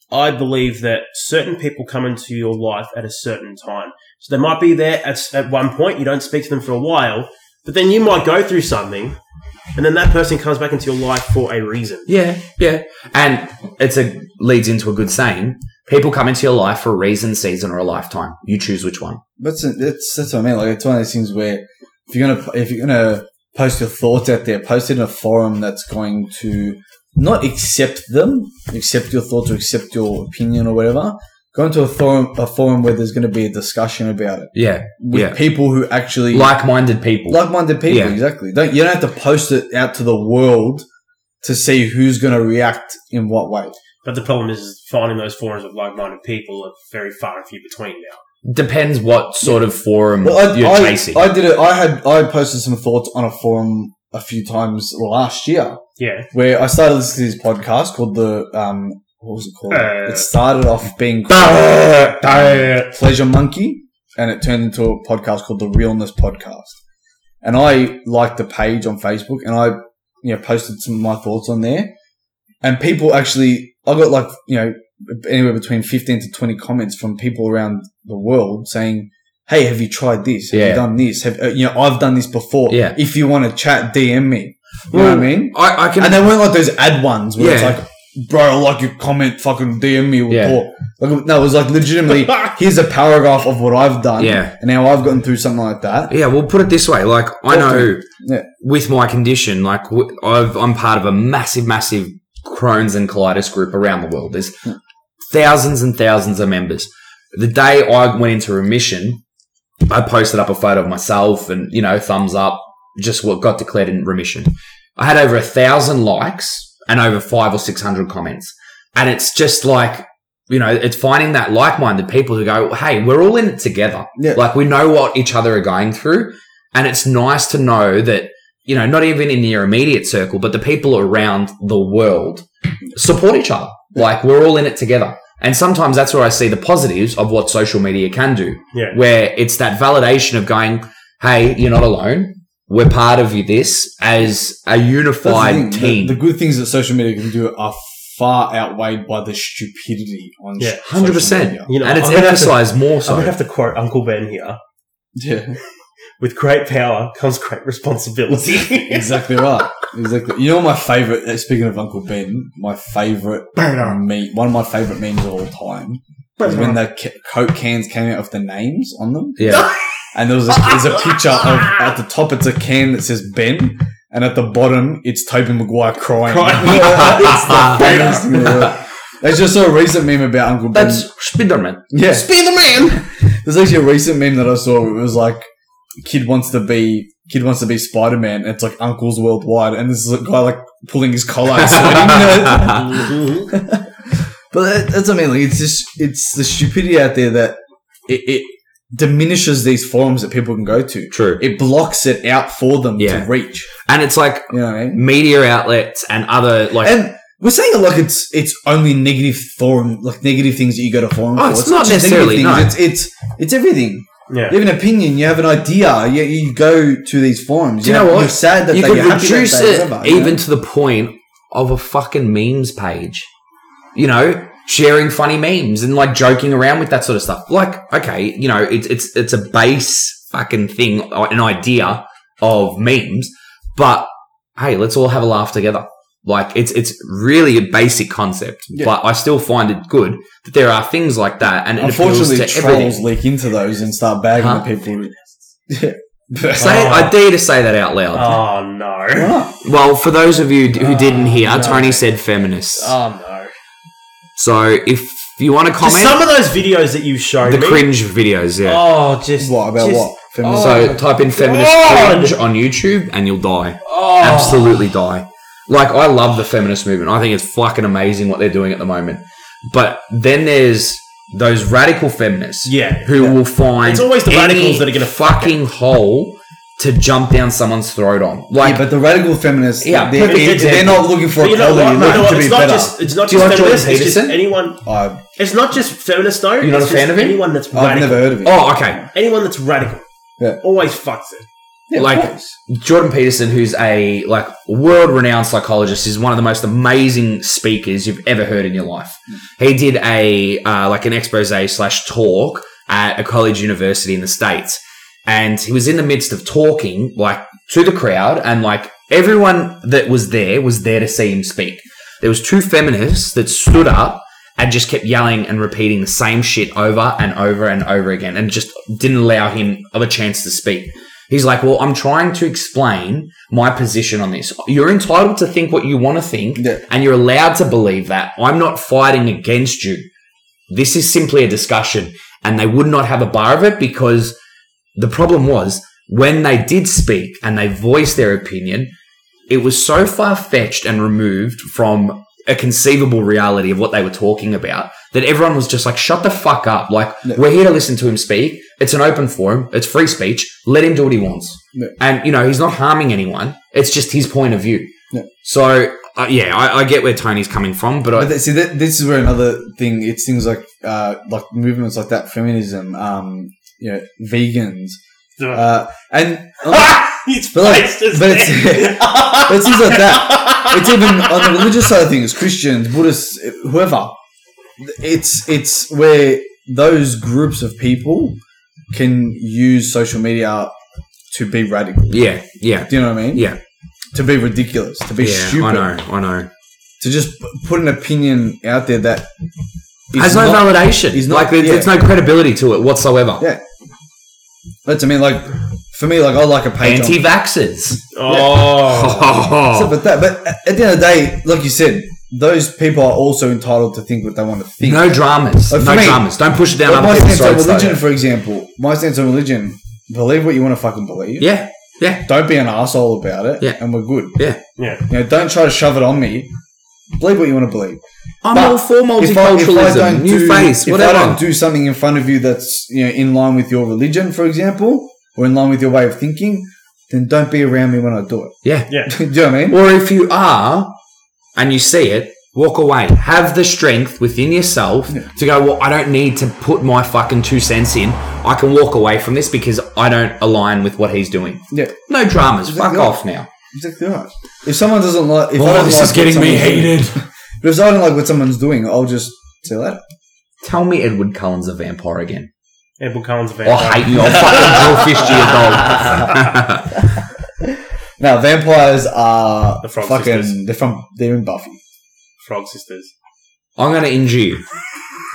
B: I believe that certain people come into your life at a certain time. So they might be there at, at one point, you don't speak to them for a while, but then you might go through something, and then that person comes back into your life for a reason.
C: Yeah, yeah. And it's a leads into a good saying. People come into your life for a reason, season, or a lifetime. You choose which one.
A: But it's, it's that's what I mean. Like it's one of those things where if you're gonna if you're gonna post your thoughts out there, post it in a forum that's going to not accept them, accept your thoughts or accept your opinion or whatever. Go into a forum a forum where there's going to be a discussion about it
C: Yeah.
A: with
C: Yeah.
A: people who actually
C: Like-minded people.
A: like-minded people.
C: Yeah.
A: Exactly. Don't you don't have to post it out to the world to see who's going to react in what way.
B: But the problem is, is finding those forums of like-minded people are very far and few between now.
C: Depends what sort of forum
A: Well, I,
C: Mm. you're
A: I,
C: chasing.
A: I did it. I had I posted some thoughts on a forum a few times last year.
B: Yeah,
A: where I started listening to this podcast called the um what was it called?
B: Uh,
A: it started off being
C: Bah, bah.
A: Pleasure Monkey, and it turned into a podcast called the Realness Podcast. And I liked the page on Facebook, and I you know posted some of my thoughts on there, and people actually I got like you know anywhere between fifteen to twenty comments from people around the world saying. Hey, have you tried this? Have
C: Yeah.
A: you done this? Have uh, you know? I've done this before.
C: Yeah.
A: If you want to chat, DM me. You know what I mean?
C: I, I can.
A: And they weren't like those ad ones where
C: Yeah.
A: it's like, bro, I like your comment, fucking DM me.
C: Yeah.
A: Or, like, no, it was like legitimately, here's a paragraph of what I've done.
C: Yeah.
A: And how I've gotten through something like that.
C: yeah, well, put it this way. Like, I know
A: Yeah.
C: with my condition, like, w- I've, I'm part of a massive, massive Crohn's and colitis group around the world. There's
A: Hmm.
C: thousands and thousands of members. The day I went into remission, I posted up a photo of myself and, you know, thumbs up, just what got declared in remission. I had over a thousand likes and over five or 600 comments. And it's just like, you know, it's finding that like minded people who go, hey, we're all in it together.
A: Yeah.
C: Like, we know what each other are going through. And it's nice to know that, you know, not even in your immediate circle, but the people around the world support each other. Like we're all in it together. And sometimes that's where I see the positives of what social media can do,
B: Yeah.
C: where it's that validation of going, Hey, you're not alone. We're part of you this as a
A: That's
C: unified
A: the,
C: team.
A: thing. The, the good things that social media can do are far outweighed by the stupidity on
B: Yeah,
A: s- social
C: 100%.
A: media.
B: You know,
C: and it's
B: I'm gonna have to-
C: emphasized more so.
B: I'm gonna have to quote Uncle Ben here.
A: Yeah,
B: With great power comes great responsibility.
A: exactly right. Exactly. You know my favorite. uh, Speaking of Uncle Ben, my favorite meme, one of my favorite memes of all time, is when the ca- Coke cans came out with the names on them.
C: yeah.
A: And there was a, there's a picture of at the top it's a can that says Ben, and at the bottom it's Toby Maguire crying.
B: Crying.
A: it's the funniest thing in the world. There's just a recent meme about Uncle Ben.
C: That's Spiderman.
A: yeah,
C: Spiderman!
A: there's actually a recent meme that I saw. It was like kid wants to be kid wants to be Spider Man. It's like uncles worldwide, and this is a guy like pulling his collar, and sweating. You know?
B: Mhm.
A: But that, that's what I mean. Like, it's just it's the stupidity out there that it, it diminishes these forums that people can go to.
C: True.
A: It blocks it out for them
C: Yeah.
A: to reach.
C: And it's like
A: You know what I mean?
C: media outlets and other like
A: And we're saying it like it's it's only negative forum, like negative things that you go to forum
C: Oh,
A: for.
C: it's
A: not,
C: not
A: just negative
C: necessarily,
A: things.
C: no.
A: It's it's it's everything.
B: yeah.
A: You have an opinion. You have an idea. You, you go to these forums.
C: Do you know
A: have-
C: what?
A: You're sad that
C: you
A: they,
C: could
A: you're happy that
C: reduce
A: they-
C: it
A: whatever, you
C: even
A: know?
C: to the point of a fucking memes page. You know, sharing funny memes and like joking around with that sort of stuff. Like, okay, you know, it's it's it's a base fucking thing, uh, an idea of memes, but hey, let's all have a laugh together. Like, it's it's really a basic concept,
A: Yeah.
C: but I still find it good that there are things like that, and it appeals
A: Unfortunately,
C: to
A: trolls
C: everything.
A: leak into those and start bagging
C: Huh?
A: the people. Yeah.
C: Say,
B: Oh.
C: I dare you to say that out loud.
B: Oh no.
A: Why not?
C: Well, for those of you d- who
B: Oh,
C: didn't hear,
B: no.
C: Tony said feminists.
B: Oh no.
C: so if you want to
B: Just
C: comment,
B: some of those videos that you showed
C: the
B: me. Ah.
C: cringe videos, yeah.
B: Oh, just
A: What about
B: just-
A: what? Feminism?
C: so type in feminist
B: God.
C: cringe on YouTube and you'll die.
B: Oh,
C: Absolutely die. Like, I love the feminist movement. I think it's fucking amazing what they're doing at the moment. But then there's those radical feminists
B: Yeah.
C: who will find
B: It's always the
C: any
B: radicals that are gonna fuck
C: fucking hole to jump down someone's throat on. Like,
A: yeah, but the radical feminists,
C: Yeah,
A: they're,
B: perfect
A: they're,
B: example.
A: not looking for
B: But you know
A: equality.
B: what?
A: They're looking
B: No, no,
A: to
B: it's
A: be
B: not
A: better.
B: just it's not
C: Do you
B: just
C: like Jordan
B: feminists. It's just
C: Peterson?
B: anyone.
A: I,
B: It's not just feminists though.
C: You're not
B: it's
C: a fan
B: just
C: of him?
B: Anyone that's
A: I've
B: radical.
A: never heard of it.
C: oh, okay.
B: Anyone that's radical.
A: Yeah.
B: Always fucks it.
A: Yeah, of
C: like-
A: course.
C: Jordan Peterson, who's a like world-renowned psychologist, is one of the most amazing speakers you've ever heard in your life. He did a uh, like an expose slash talk at a college university in the states, and he was in the midst of talking like to the crowd, and like everyone that was there was there to see him speak. There was two feminists that stood up and just kept yelling and repeating the same shit over and over and over again, and just didn't allow him of a chance to speak. He's like, well, I'm trying to explain my position on this. You're entitled to think what you want to think,
A: Yeah.
C: and you're allowed to believe that. I'm not fighting against you. This is simply a discussion, and they would not have a bar of it because the problem was when they did speak and they voiced their opinion, it was so far fetched and removed from a conceivable reality of what they were talking about that everyone was just like, shut the fuck up. Like,
A: Yeah.
C: we're here to listen to him speak. It's an open forum, it's free speech. Let him do what he wants.
A: Yeah.
C: And, you know, he's not harming anyone, it's just his point of view.
A: Yeah.
C: So, uh, yeah, I, I get where Tony's coming from, but, I,
A: But th- see, th- this is where another thing. It's things like uh, like movements like that, feminism, um, you know, vegans, uh, and
B: Ah! His
A: But like-
B: face just
A: but it's-
B: there.
A: but it's things like that. It's even on the religious side of things, Christians, Buddhists, whoever. It's it's where those groups of people can use social media to be radical.
C: yeah, yeah,
A: Do you know what I mean?
C: Yeah.
A: To be ridiculous, to be
C: yeah.
A: stupid,
C: I know, I know.
A: to just p- put an opinion out there that is
C: Has no
A: not-
C: validation.
A: he's
C: He's
A: not-
C: like, there's,
A: yeah.
C: there's no credibility to it whatsoever.
A: Yeah. That's I mean, like for me, like I like a page. on-
C: Anti-vaxxers.
B: Oh.
A: So, but that, but at the end of the day, like you said, those people are also entitled to think what they want to think.
C: No dramas.
A: But Oh, for
C: no
A: me-
C: dramas. Don't push it down
A: But my
C: other people's
A: stance on
C: throats. though.
A: religion, for example, my stance on religion: believe what you want to fucking believe.
C: Yeah. Yeah.
A: Don't be an asshole about it.
C: Yeah.
A: And we're good.
B: Yeah.
A: You know, don't try to shove it on me. Believe what you want to believe.
C: I'm
A: But
C: all for
A: If I- if I
C: multiculturalism,
A: don't
C: new
A: do-
C: face,
A: If I
C: whatever.
A: don't do something in front of you that's you know in line with your religion, for example, or in line with your way of thinking, then don't be around me when I do it.
D: Yeah.
B: Yeah.
A: do you know what I mean?
D: Or if you are and you see it, walk away. Have the strength within yourself to go, well, I don't need to put my fucking two cents in. I can walk away from this because I don't align with what he's doing.
A: Yeah,
D: No dramas.
A: Exactly.
D: Fuck off now.
A: exactly right. If someone doesn't like, if I
C: Oh,
A: don't
C: this
A: like
C: is
A: what
C: getting me
A: someone's doing-
C: heated.
A: But if I don't like what someone's doing, I'll just say that.
C: Tell me Edward Cullen's a vampire again.
B: And Bill
A: Oh,
B: Cullen's a
D: I'll
B: vampire.
D: hate you. I'll fucking blowfish to your dog.
A: Now vampires are
B: The Frog
A: fucking.
B: Sisters.
A: They're from. They're in Buffy.
B: Frog Sisters.
D: I'm going to injure you.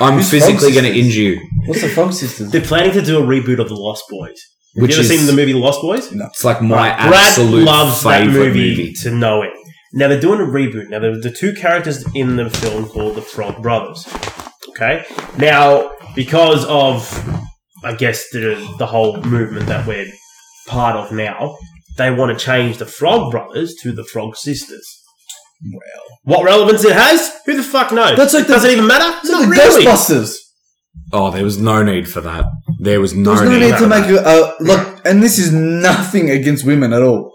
D: I'm
A: Who's
D: physically
A: Fox's
D: going to
A: sister?
D: injure you.
A: What's the Frog Sisters?
B: They're planning to do a reboot of The Lost Boys. Have
D: Which
B: you ever
D: is,
B: seen the movie Lost Boys?
D: it's like my
B: Right.
D: absolute favorite movie.
B: to know it. Now they're doing a reboot. Now there the two characters in the film called the Frog Brothers. Okay. Now because of I guess the the whole movement that we're part of now, they want to change the Frog Brothers to the Frog Sisters. Well, what relevance it has? Who the fuck knows?
A: That's like the-
B: does it even matter?
A: They're
B: Not
A: the
B: really.
A: Ghostbusters.
D: Oh, there was no need for that. There was no
A: There's no
D: need.
A: need to
D: for
A: make
D: that.
A: you uh, look. And this is nothing against women at all.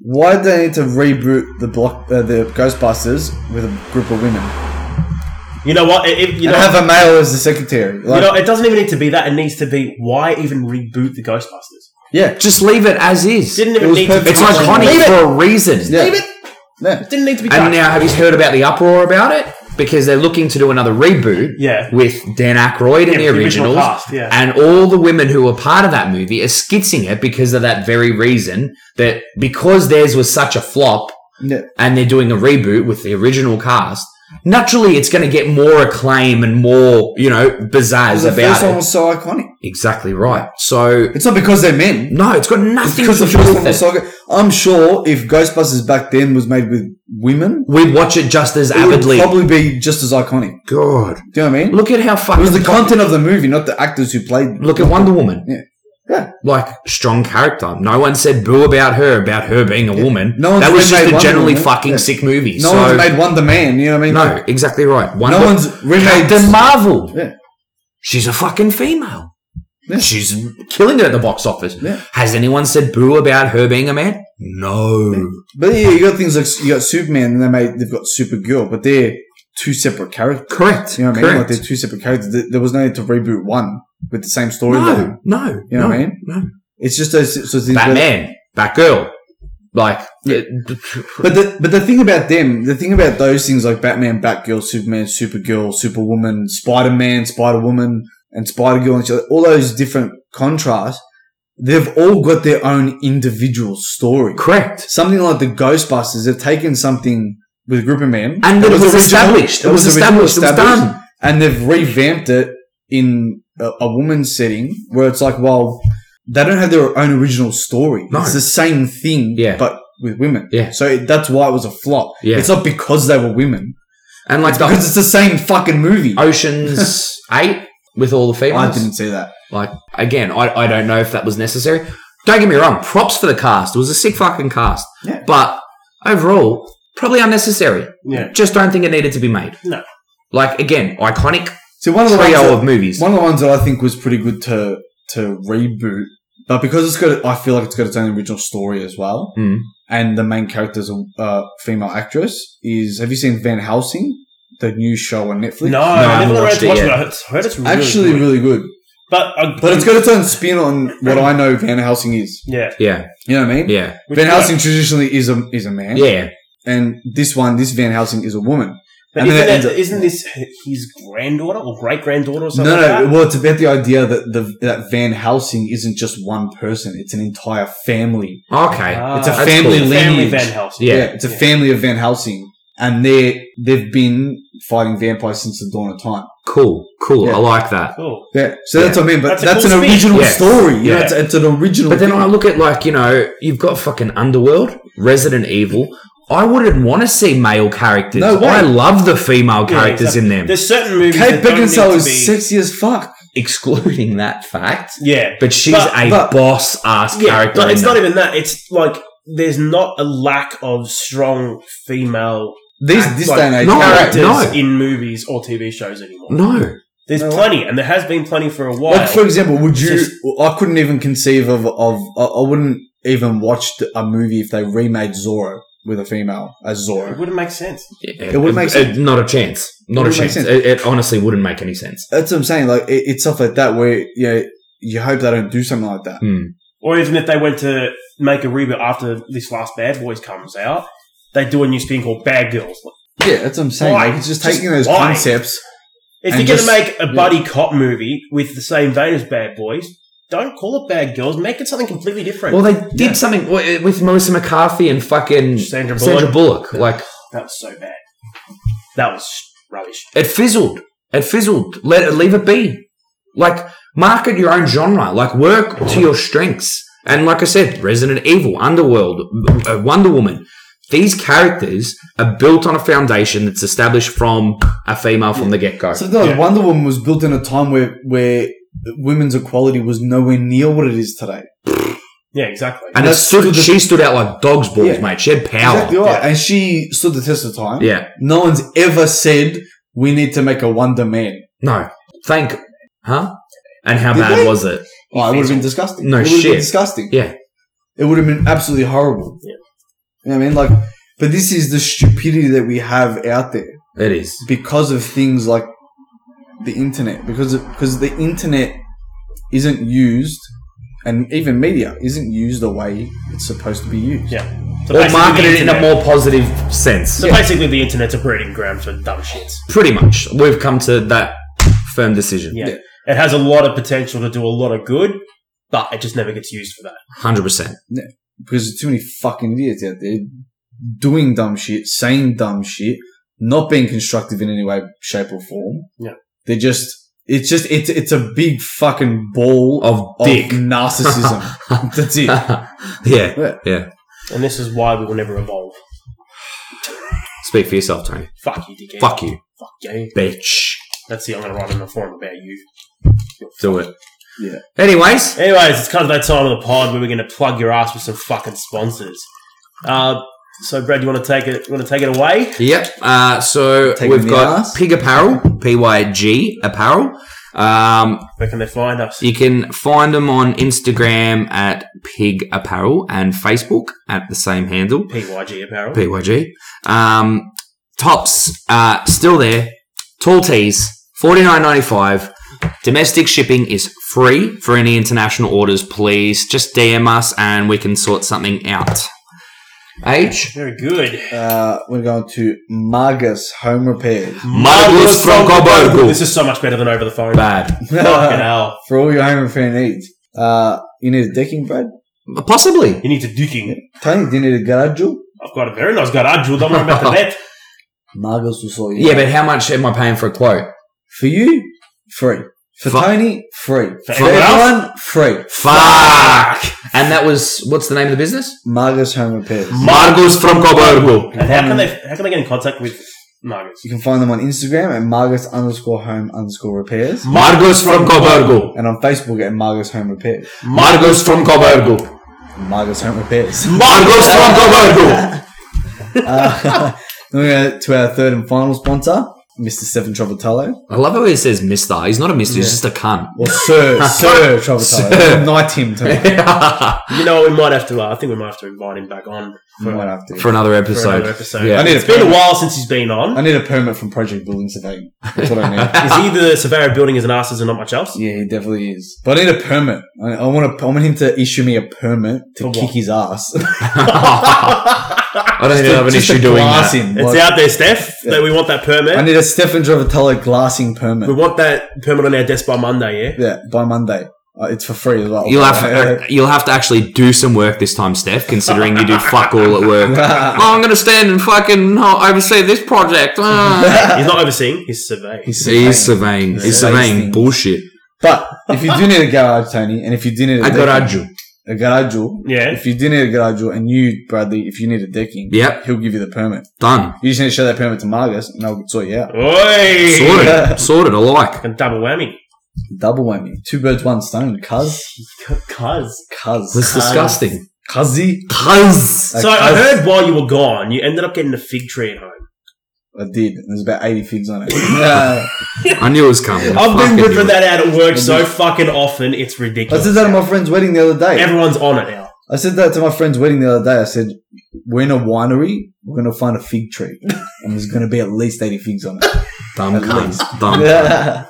A: Why do they need to reboot the block, uh, the Ghostbusters with a group of women
B: You know what? If, you
A: and
B: know,
A: have a male as the secretary? Like,
B: you know, it doesn't even need to be that. It needs to be why even reboot the Ghostbusters?
A: yeah,
C: Just leave it as is.
B: Didn't
A: It
B: even
A: was
B: need to be.
A: perfect.
C: it's iconic
A: Leave it.
C: for a reason.
A: yeah,
B: Leave it.
A: yeah.
B: Didn't need to be. touched.
C: And now, have you heard about the uproar about it? Because they're looking to do another reboot
B: Yeah.
C: with Dan Aykroyd in
B: Yeah,
C: the
B: with the original
C: originals.
B: cast, yeah.
C: And all the women who were part of that movie are skitzing it because of that very reason that because theirs was such a flop
A: yeah.
C: and they're doing a reboot with the original cast, naturally it's going to get more acclaim and more, you know,
A: Because
C: bazaars
A: the
C: about
A: first one
C: it.
A: was so iconic.
C: Exactly right. So,
A: It's not because they're men.
C: no, it's got
A: It's
C: nothing
A: because
C: to
A: the
C: do
A: first one
C: with
A: was
C: it.
A: so good. I'm sure if Ghostbusters back then was made with women,
C: We'd watch it just as
A: it would
C: avidly.
A: probably be just as iconic.
C: God.
A: Do you know what I mean?
C: Look at how
A: It
C: fucking
A: was the content of the movie, not the actors who played.
C: Look at Wonder Woman.
A: Yeah. Yeah.
C: Like, strong character. No one said boo about her, about her being a woman.
A: No one's
C: that was
A: ever
C: just
A: made
C: a
A: Wonder
C: generally
A: Woman.
C: fucking
A: Yeah.
C: sick movie.
A: No
C: so,
A: one's made Wonder Man. You know what I mean?
C: no, exactly right. Wonder,
A: no one's remade.
C: Captain Marvel.
A: Yeah.
C: She's a fucking female.
A: Yeah.
C: She's killing it at the box office.
A: Yeah.
C: Has anyone said boo about her being a man? No.
A: But yeah, you got things like you got Superman, and they made they've got Supergirl, but they're two separate characters.
C: Correct.
A: You know what I mean? Like
C: Correct.
A: they're two separate characters. Th- There was no need to reboot one with the same storyline.
C: no, no.
A: You know
C: no,
A: what I mean?
C: No.
A: It's just those sorts of things. where-
C: Batman, Batgirl. Like,
A: But the but the thing about them, the thing about those things like Batman, Batgirl, Superman, Supergirl, Superwoman, Spider Man, Spider Woman, and Spider Girl, and so- all those different contrasts, they've all got their own individual story.
C: correct.
A: Something like the Ghostbusters, they've taken something with a group of men,
C: And
A: that
C: it was,
A: original,
C: established. It
A: that
C: was,
A: original,
C: established. It was
A: established,
C: done.
A: and they've revamped it in a, a woman's setting where it's like, well, they don't have their own original story.
C: No.
A: It's the same thing,
C: Yeah.
A: but with women.
C: Yeah.
A: So it, that's why it was a flop.
C: Yeah.
A: It's not because they were women.
C: And
A: Like
C: like
A: it's because
C: the
A: it's the same fucking movie.
C: Oh, Ocean's Eight with all the
A: I
C: females.
A: didn't see that.
C: Like again, I, I don't know if that was necessary. Don't get me wrong. Props for the cast. It was a sick fucking cast.
A: Yeah.
C: But overall, probably unnecessary.
B: Yeah.
C: Just don't think it needed to be made.
B: No.
C: Like again, iconic
A: So one of the ones
C: trio
A: that-
C: of movies.
A: one of the ones that I think was pretty good to to reboot, but because it's got, I feel like it's got its own original story as well.
C: Mm.
A: And the main character's a uh, female actress. Is have you seen Van Helsing, the new show on Netflix?
B: No,
C: I
B: I never
C: haven't
B: got around
C: watched
B: to
C: it
B: watching
C: yet.
B: it. I heard it's really
A: actually,
B: good.
A: really good.
B: but uh, I,
A: But it's got its own spin on what I know Van Helsing is.
B: yeah.
C: yeah,
A: You know what I mean?
C: yeah,
B: Which
A: Van
B: is like-
A: Helsing traditionally is a is a man.
C: yeah.
A: And this one, this Van Helsing is a woman.
B: But
A: and then
B: isn't,
A: it ends
B: that,
A: up-
B: isn't this his granddaughter or great granddaughter or
A: No,
B: something?
A: no.
B: like
A: Well, it's about the idea that the that Van Helsing isn't just one person; it's an entire family.
C: Okay,
B: Ah.
A: it's a
C: that's
A: family
B: that?
C: cool.
B: family
A: lineage.
B: Van Helsing.
A: Yeah,
C: Yeah.
A: it's a family of Van Helsing, and they they've been fighting vampires since the dawn of time.
C: cool, cool.
A: Yeah.
C: I like that.
B: Cool.
A: Yeah, so
C: Yeah.
A: that's what I mean. But
B: That's a
A: that's,
B: cool
A: an
B: spin.
A: original
C: Yeah.
A: story. You know,
B: Yeah.
A: it's, it's an original.
C: But then
A: thing.
C: I look at like you know you've got fucking Underworld, Resident Evil. I wouldn't want to see male characters.
A: No way.
C: I love the female
B: Yeah,
C: characters
B: exactly.
C: in them.
B: There's certain movies.
A: Kate
B: that don't need
A: Beckinsale
B: to
A: is
B: be-
A: sexy as fuck.
C: Excluding that fact,
B: Yeah.
C: but she's
B: But-
C: a
A: but-
C: boss ass
B: Yeah.
C: character.
B: But
C: in
B: it's not
C: that.
B: even that. It's like there's not a lack of strong female
A: These
B: act-
A: this
B: like,
A: day and age.
C: no,
A: Alright.
B: characters
C: no.
B: in movies or TV shows anymore.
C: no,
B: There's
A: No.
B: plenty, and there has been plenty for a while.
A: Like for example, would you?
B: Just-
A: I couldn't even conceive of of I, I wouldn't even watch th- a movie if they remade Zorro with a female as
B: it
A: Zorro.
B: wouldn't make sense.
A: It wouldn't make sense.
C: not a chance. Not a
A: It wouldn't make sense.
C: chance. It, it honestly wouldn't make any sense.
A: That's what I'm saying. Like it, it's stuff like that where you know, you hope they don't do something like that.
B: Or even if they went to make a reboot after this last Bad Boys comes out, they do a new spin called Bad Girls.
A: Yeah, that's what I'm saying.
B: Why?
A: Like, it's just
B: Just
A: taking those
B: why?
A: concepts.
B: If
A: And
B: you're
A: just-
B: going to make a buddy cop movie with the same vein as Bad Boys, don't call it Bad Girls. Make it something completely different.
E: Well,
C: Well, they did something wi- with Melissa McCarthy and fucking
B: Sandra Bullock.
C: Sandra Bullock. Like
B: that was so bad. That was rubbish.
C: it fizzled. It fizzled. Let it leave it be. Like market your own genre. Like work to your strengths. And like I said, Resident Evil, Underworld, uh, Wonder Woman. These characters are built on a foundation that's established from a female from the get go.
A: So like
B: Yeah.
A: Wonder Woman was built in a time where where women's equality was nowhere near what it is today.
B: Yeah, exactly.
C: And it
A: that's
C: stood,
A: stood the-
C: she stood out like dog's balls,
A: Yeah.
C: mate. She had power.
A: Exactly right. And she stood the test of time.
C: Yeah.
A: No one's ever said we need to make a Wonder Man.
C: No. Thank. Huh? And how
A: Did
C: bad
A: they?
C: was it?
A: Oh, it would have been disgusting.
C: No
A: it would have
C: shit.
A: been disgusting.
C: Yeah.
A: It would have been absolutely horrible.
B: Yeah.
A: You know what I mean? Like, but this is the stupidity that we have out there
C: It is.
A: because of things like the internet, because of, because the internet isn't used, and even media isn't used the way it's supposed to be used.
B: Yeah. So
C: Or
B: basically the
C: marketed in a
B: internet-
C: more positive sense.
B: So basically, the internet's a breeding ground for dumb shits.
C: Pretty much. We've come to that firm decision.
B: Yeah.
A: Yeah.
B: It has a lot of potential to do a lot of good, but it just never gets used for that.
C: 100%.
A: Because there's too many fucking idiots out there doing dumb shit, saying dumb shit, not being constructive in any way, shape, or form.
B: Yeah.
A: They're just. It's just it's it's a big fucking ball
C: Of
A: of
C: dick.
A: narcissism. That's it.
C: yeah.
B: And this is why we will never evolve.
C: Speak for yourself, Tony.
B: Fuck you, dickhead.
C: Fuck you,
B: Fuck you.
C: bitch.
B: That's the I'm going to write on the forum about you.
C: Do it.
A: Yeah.
C: Anyways,
B: Anyways, it's come to that time of the pod where we're going to plug your ass with some fucking sponsors. Uh, so, Brad, you want to take it? You want to take it away?
C: yep. Uh, so
A: Taking
C: we've
A: the
C: got
A: ass.
C: Pig Apparel, P Y G Apparel. Um,
B: Where can they find us?
C: You can find them on Instagram at Pig Apparel and Facebook at the same handle,
B: PYG Apparel.
C: PYG. Um, tops uh, still there. Tall tees, forty nine ninety five. Domestic shipping is free for any international orders. Please just DM us and we can sort something out. Age
B: Very good.
A: Uh, we're going to Magus Home Repairs.
C: Marvelous from Coburgo.
B: This is so much better than over the phone.
C: bad,
B: Fucking hell.
A: For all your home repair needs. Uh, you need a decking, Brad?
C: possibly.
B: You need to duking.
A: Tony, do you need a garage? door?
B: I've got a very nice garage. Don't worry about the bet.
A: Magus will sort you.
C: Yeah,
A: out.
C: but how much am I paying for a quote?
A: For you, free. For
C: Fuck.
A: Tony, free. For,
B: For everyone
A: everyone, free.
C: Fuck. And that was what's the name of the business?
A: Magus Home Repairs.
C: Margus from Coburgo.
B: And how can they? How can they get in contact with Margus?
A: You can find them on Instagram at Magus underscore home underscore repairs.
C: Margus from Coburgo.
A: And on Facebook at Magus Home Repairs.
C: Margus from Coburgo.
A: Magus Home Repairs.
C: Margus from Coburgo.
A: uh, then we go to our third and final sponsor, Mr. Stefan Trovatello.
C: I love how he says Mister. He's not a Mister. He's just a cunt.
A: Or Sir, Sir Trovatello. Knight him to
B: You know, we might have to. Uh, I think we might have to invite him back on for,
A: Might have to.
C: for another
B: for
C: episode.
B: another episode.
C: Yeah.
A: I need
B: It's
A: a
B: been a
A: permit.
B: while since he's been
A: I
B: on.
A: need a permit from Project Building Surveying. That's what I need.
B: Is he the surveyor of buildings and asses and not much else?
A: yeah, he definitely is. But I need a permit. I, I want to. I want him to issue me a permit to
B: For what?
A: kick his ass.
C: I don't think I have an
A: Just a
C: issue doing that.
A: glassing,
B: It's
A: like-
B: out there, Steph. That we want that
A: I
B: permit.
A: need a Stefan Drovatello glassing
B: We
A: permit.
B: want that permit on our desk by Monday. Yeah.
A: Yeah, by Monday. Uh, it's for free as well.
C: You'll have you'll have to actually do some work this time, Steph. Considering you do fuck all at work. oh, I'm gonna stand and fucking oversee this project. Ah.
B: He's not overseeing. He's surveying.
A: He's-
C: He's surveying. He's
A: Surveys
C: surveying
A: things.
C: bullshit.
A: But if you do need a garage, Tony, and if you do need a,
C: A
A: decking-
C: garage.
A: a garage,
B: Yeah.
A: if you do need a garage, and you, Bradley, if you need a decking,
C: Yep.
A: he'll give you the permit.
C: Done.
A: You just need to show that permit to Margus, and I'll sort you out.
B: Oi.
C: Sorted. Sorted. Alike.
B: And double whammy.
A: Double whammy, two birds, one stone. Cuz,
B: Cause.
A: cuz,
C: That's disgusting.
A: cuzzy.
C: Cuz.
B: So I heard while you were gone, you ended up getting a fig tree at home.
A: I did. And there's about 80 figs on it.
C: I knew it was coming. I
B: I've been
C: fucking knew
B: ripping
C: it.
B: that out at work so fucking often, it's
A: I
B: ridiculous.
A: said that at my friend's wedding the other day.
B: Everyone's on it now.
A: I said that to my friend's wedding the other day. I said, we're in a winery. We're going to find a fig tree. And there's going to be at least 80 figs on it.
C: Dumb
A: At
C: cunt. Dumb.
A: Yeah.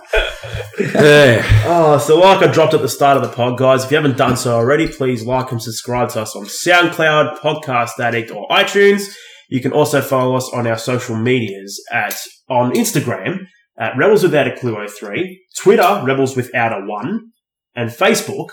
C: Yeah.
B: Oh, so like I dropped at the start of the pod, guys, if you haven't done so already, please like and subscribe to us on SoundCloud, Podcast Addict, or iTunes. You can also follow us on our social medias at on Instagram at Rebels Without a Clue 03, Twitter, Rebels Without a One, and Facebook,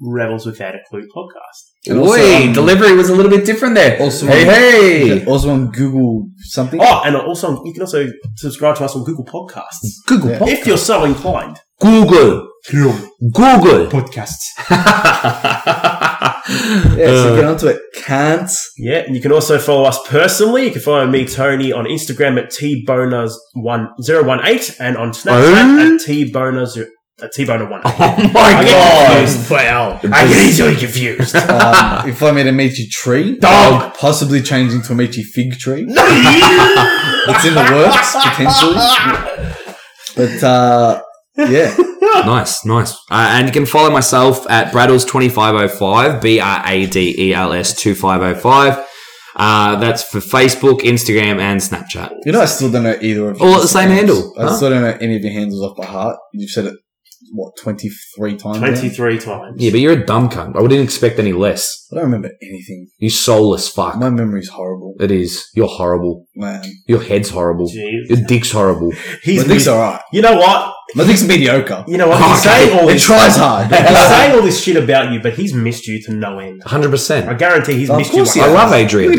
B: Rebels Without a Clue Podcast.
A: And also,
F: Oi,
A: um,
F: delivery was a little bit different there.
A: Also- um,
F: hey, hey.
A: Also on Google something.
B: Oh, and also you can also subscribe to us on Google Podcasts.
F: Google.
A: Yeah.
B: If you're so inclined.
F: Google. Google.
B: Podcasts.
A: Yeah, so
F: Uh,
A: get onto it. Can't.
B: Yeah, and you can also follow us personally. You can follow me, Tony, on Instagram at tboners1018 and on Snapchat
F: Oh?
B: at tboners at tboner18.
F: oh my
B: I get
F: god.
B: confused. Wow. I get easily confused.
A: Um, if I'm at a Michi tree,
F: Dog.
A: I'll possibly change into a Michi fig tree. it's in the works, potentially. But, uh, yeah.
C: nice, nice. Uh, and you can follow myself at Braddles2505, B R A D E L S 2505. Uh, that's for Facebook, Instagram, and Snapchat.
A: You know, I still don't know either of you.
C: All at the same handle,
A: I
C: huh?
A: still don't know any of your handles off by heart. You've said it, what, 23 times? now?
B: 23 times.
C: Yeah, but you're a dumb cunt. I wouldn't expect any less.
A: I don't remember anything.
C: You soulless fuck.
A: My memory's horrible,
C: It is. You're horrible.
A: man.
C: Your head's horrible.
B: Jeez.
C: Your dick's horrible.
B: He's
A: my dick's
B: with-
A: alright.
B: you know what?
A: My dick's mediocre.
B: You know what? He's
C: Okay.
B: saying all
A: It
B: this.
A: tries hard.
B: He's saying all this shit about you, but he's missed you to no end.
C: 100%.
B: I guarantee he's
A: Of
B: missed you.
A: course he
C: I
B: like-
C: love
A: Look at
C: Adrian.
A: him.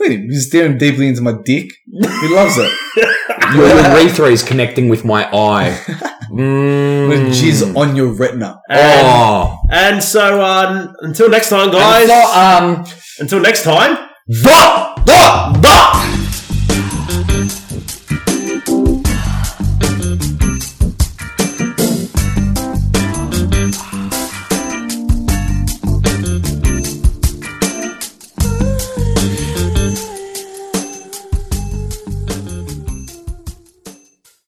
A: Look at him. He's staring deeply into my dick. He loves it.
C: Your urethra is connecting with my eye.
A: With
C: Mm.
A: jizz on your retina.
B: And,
C: Oh.
B: and so, um, until next time,
C: And uh,
B: guys.
C: so, um,
B: until next time.
C: the, the, the.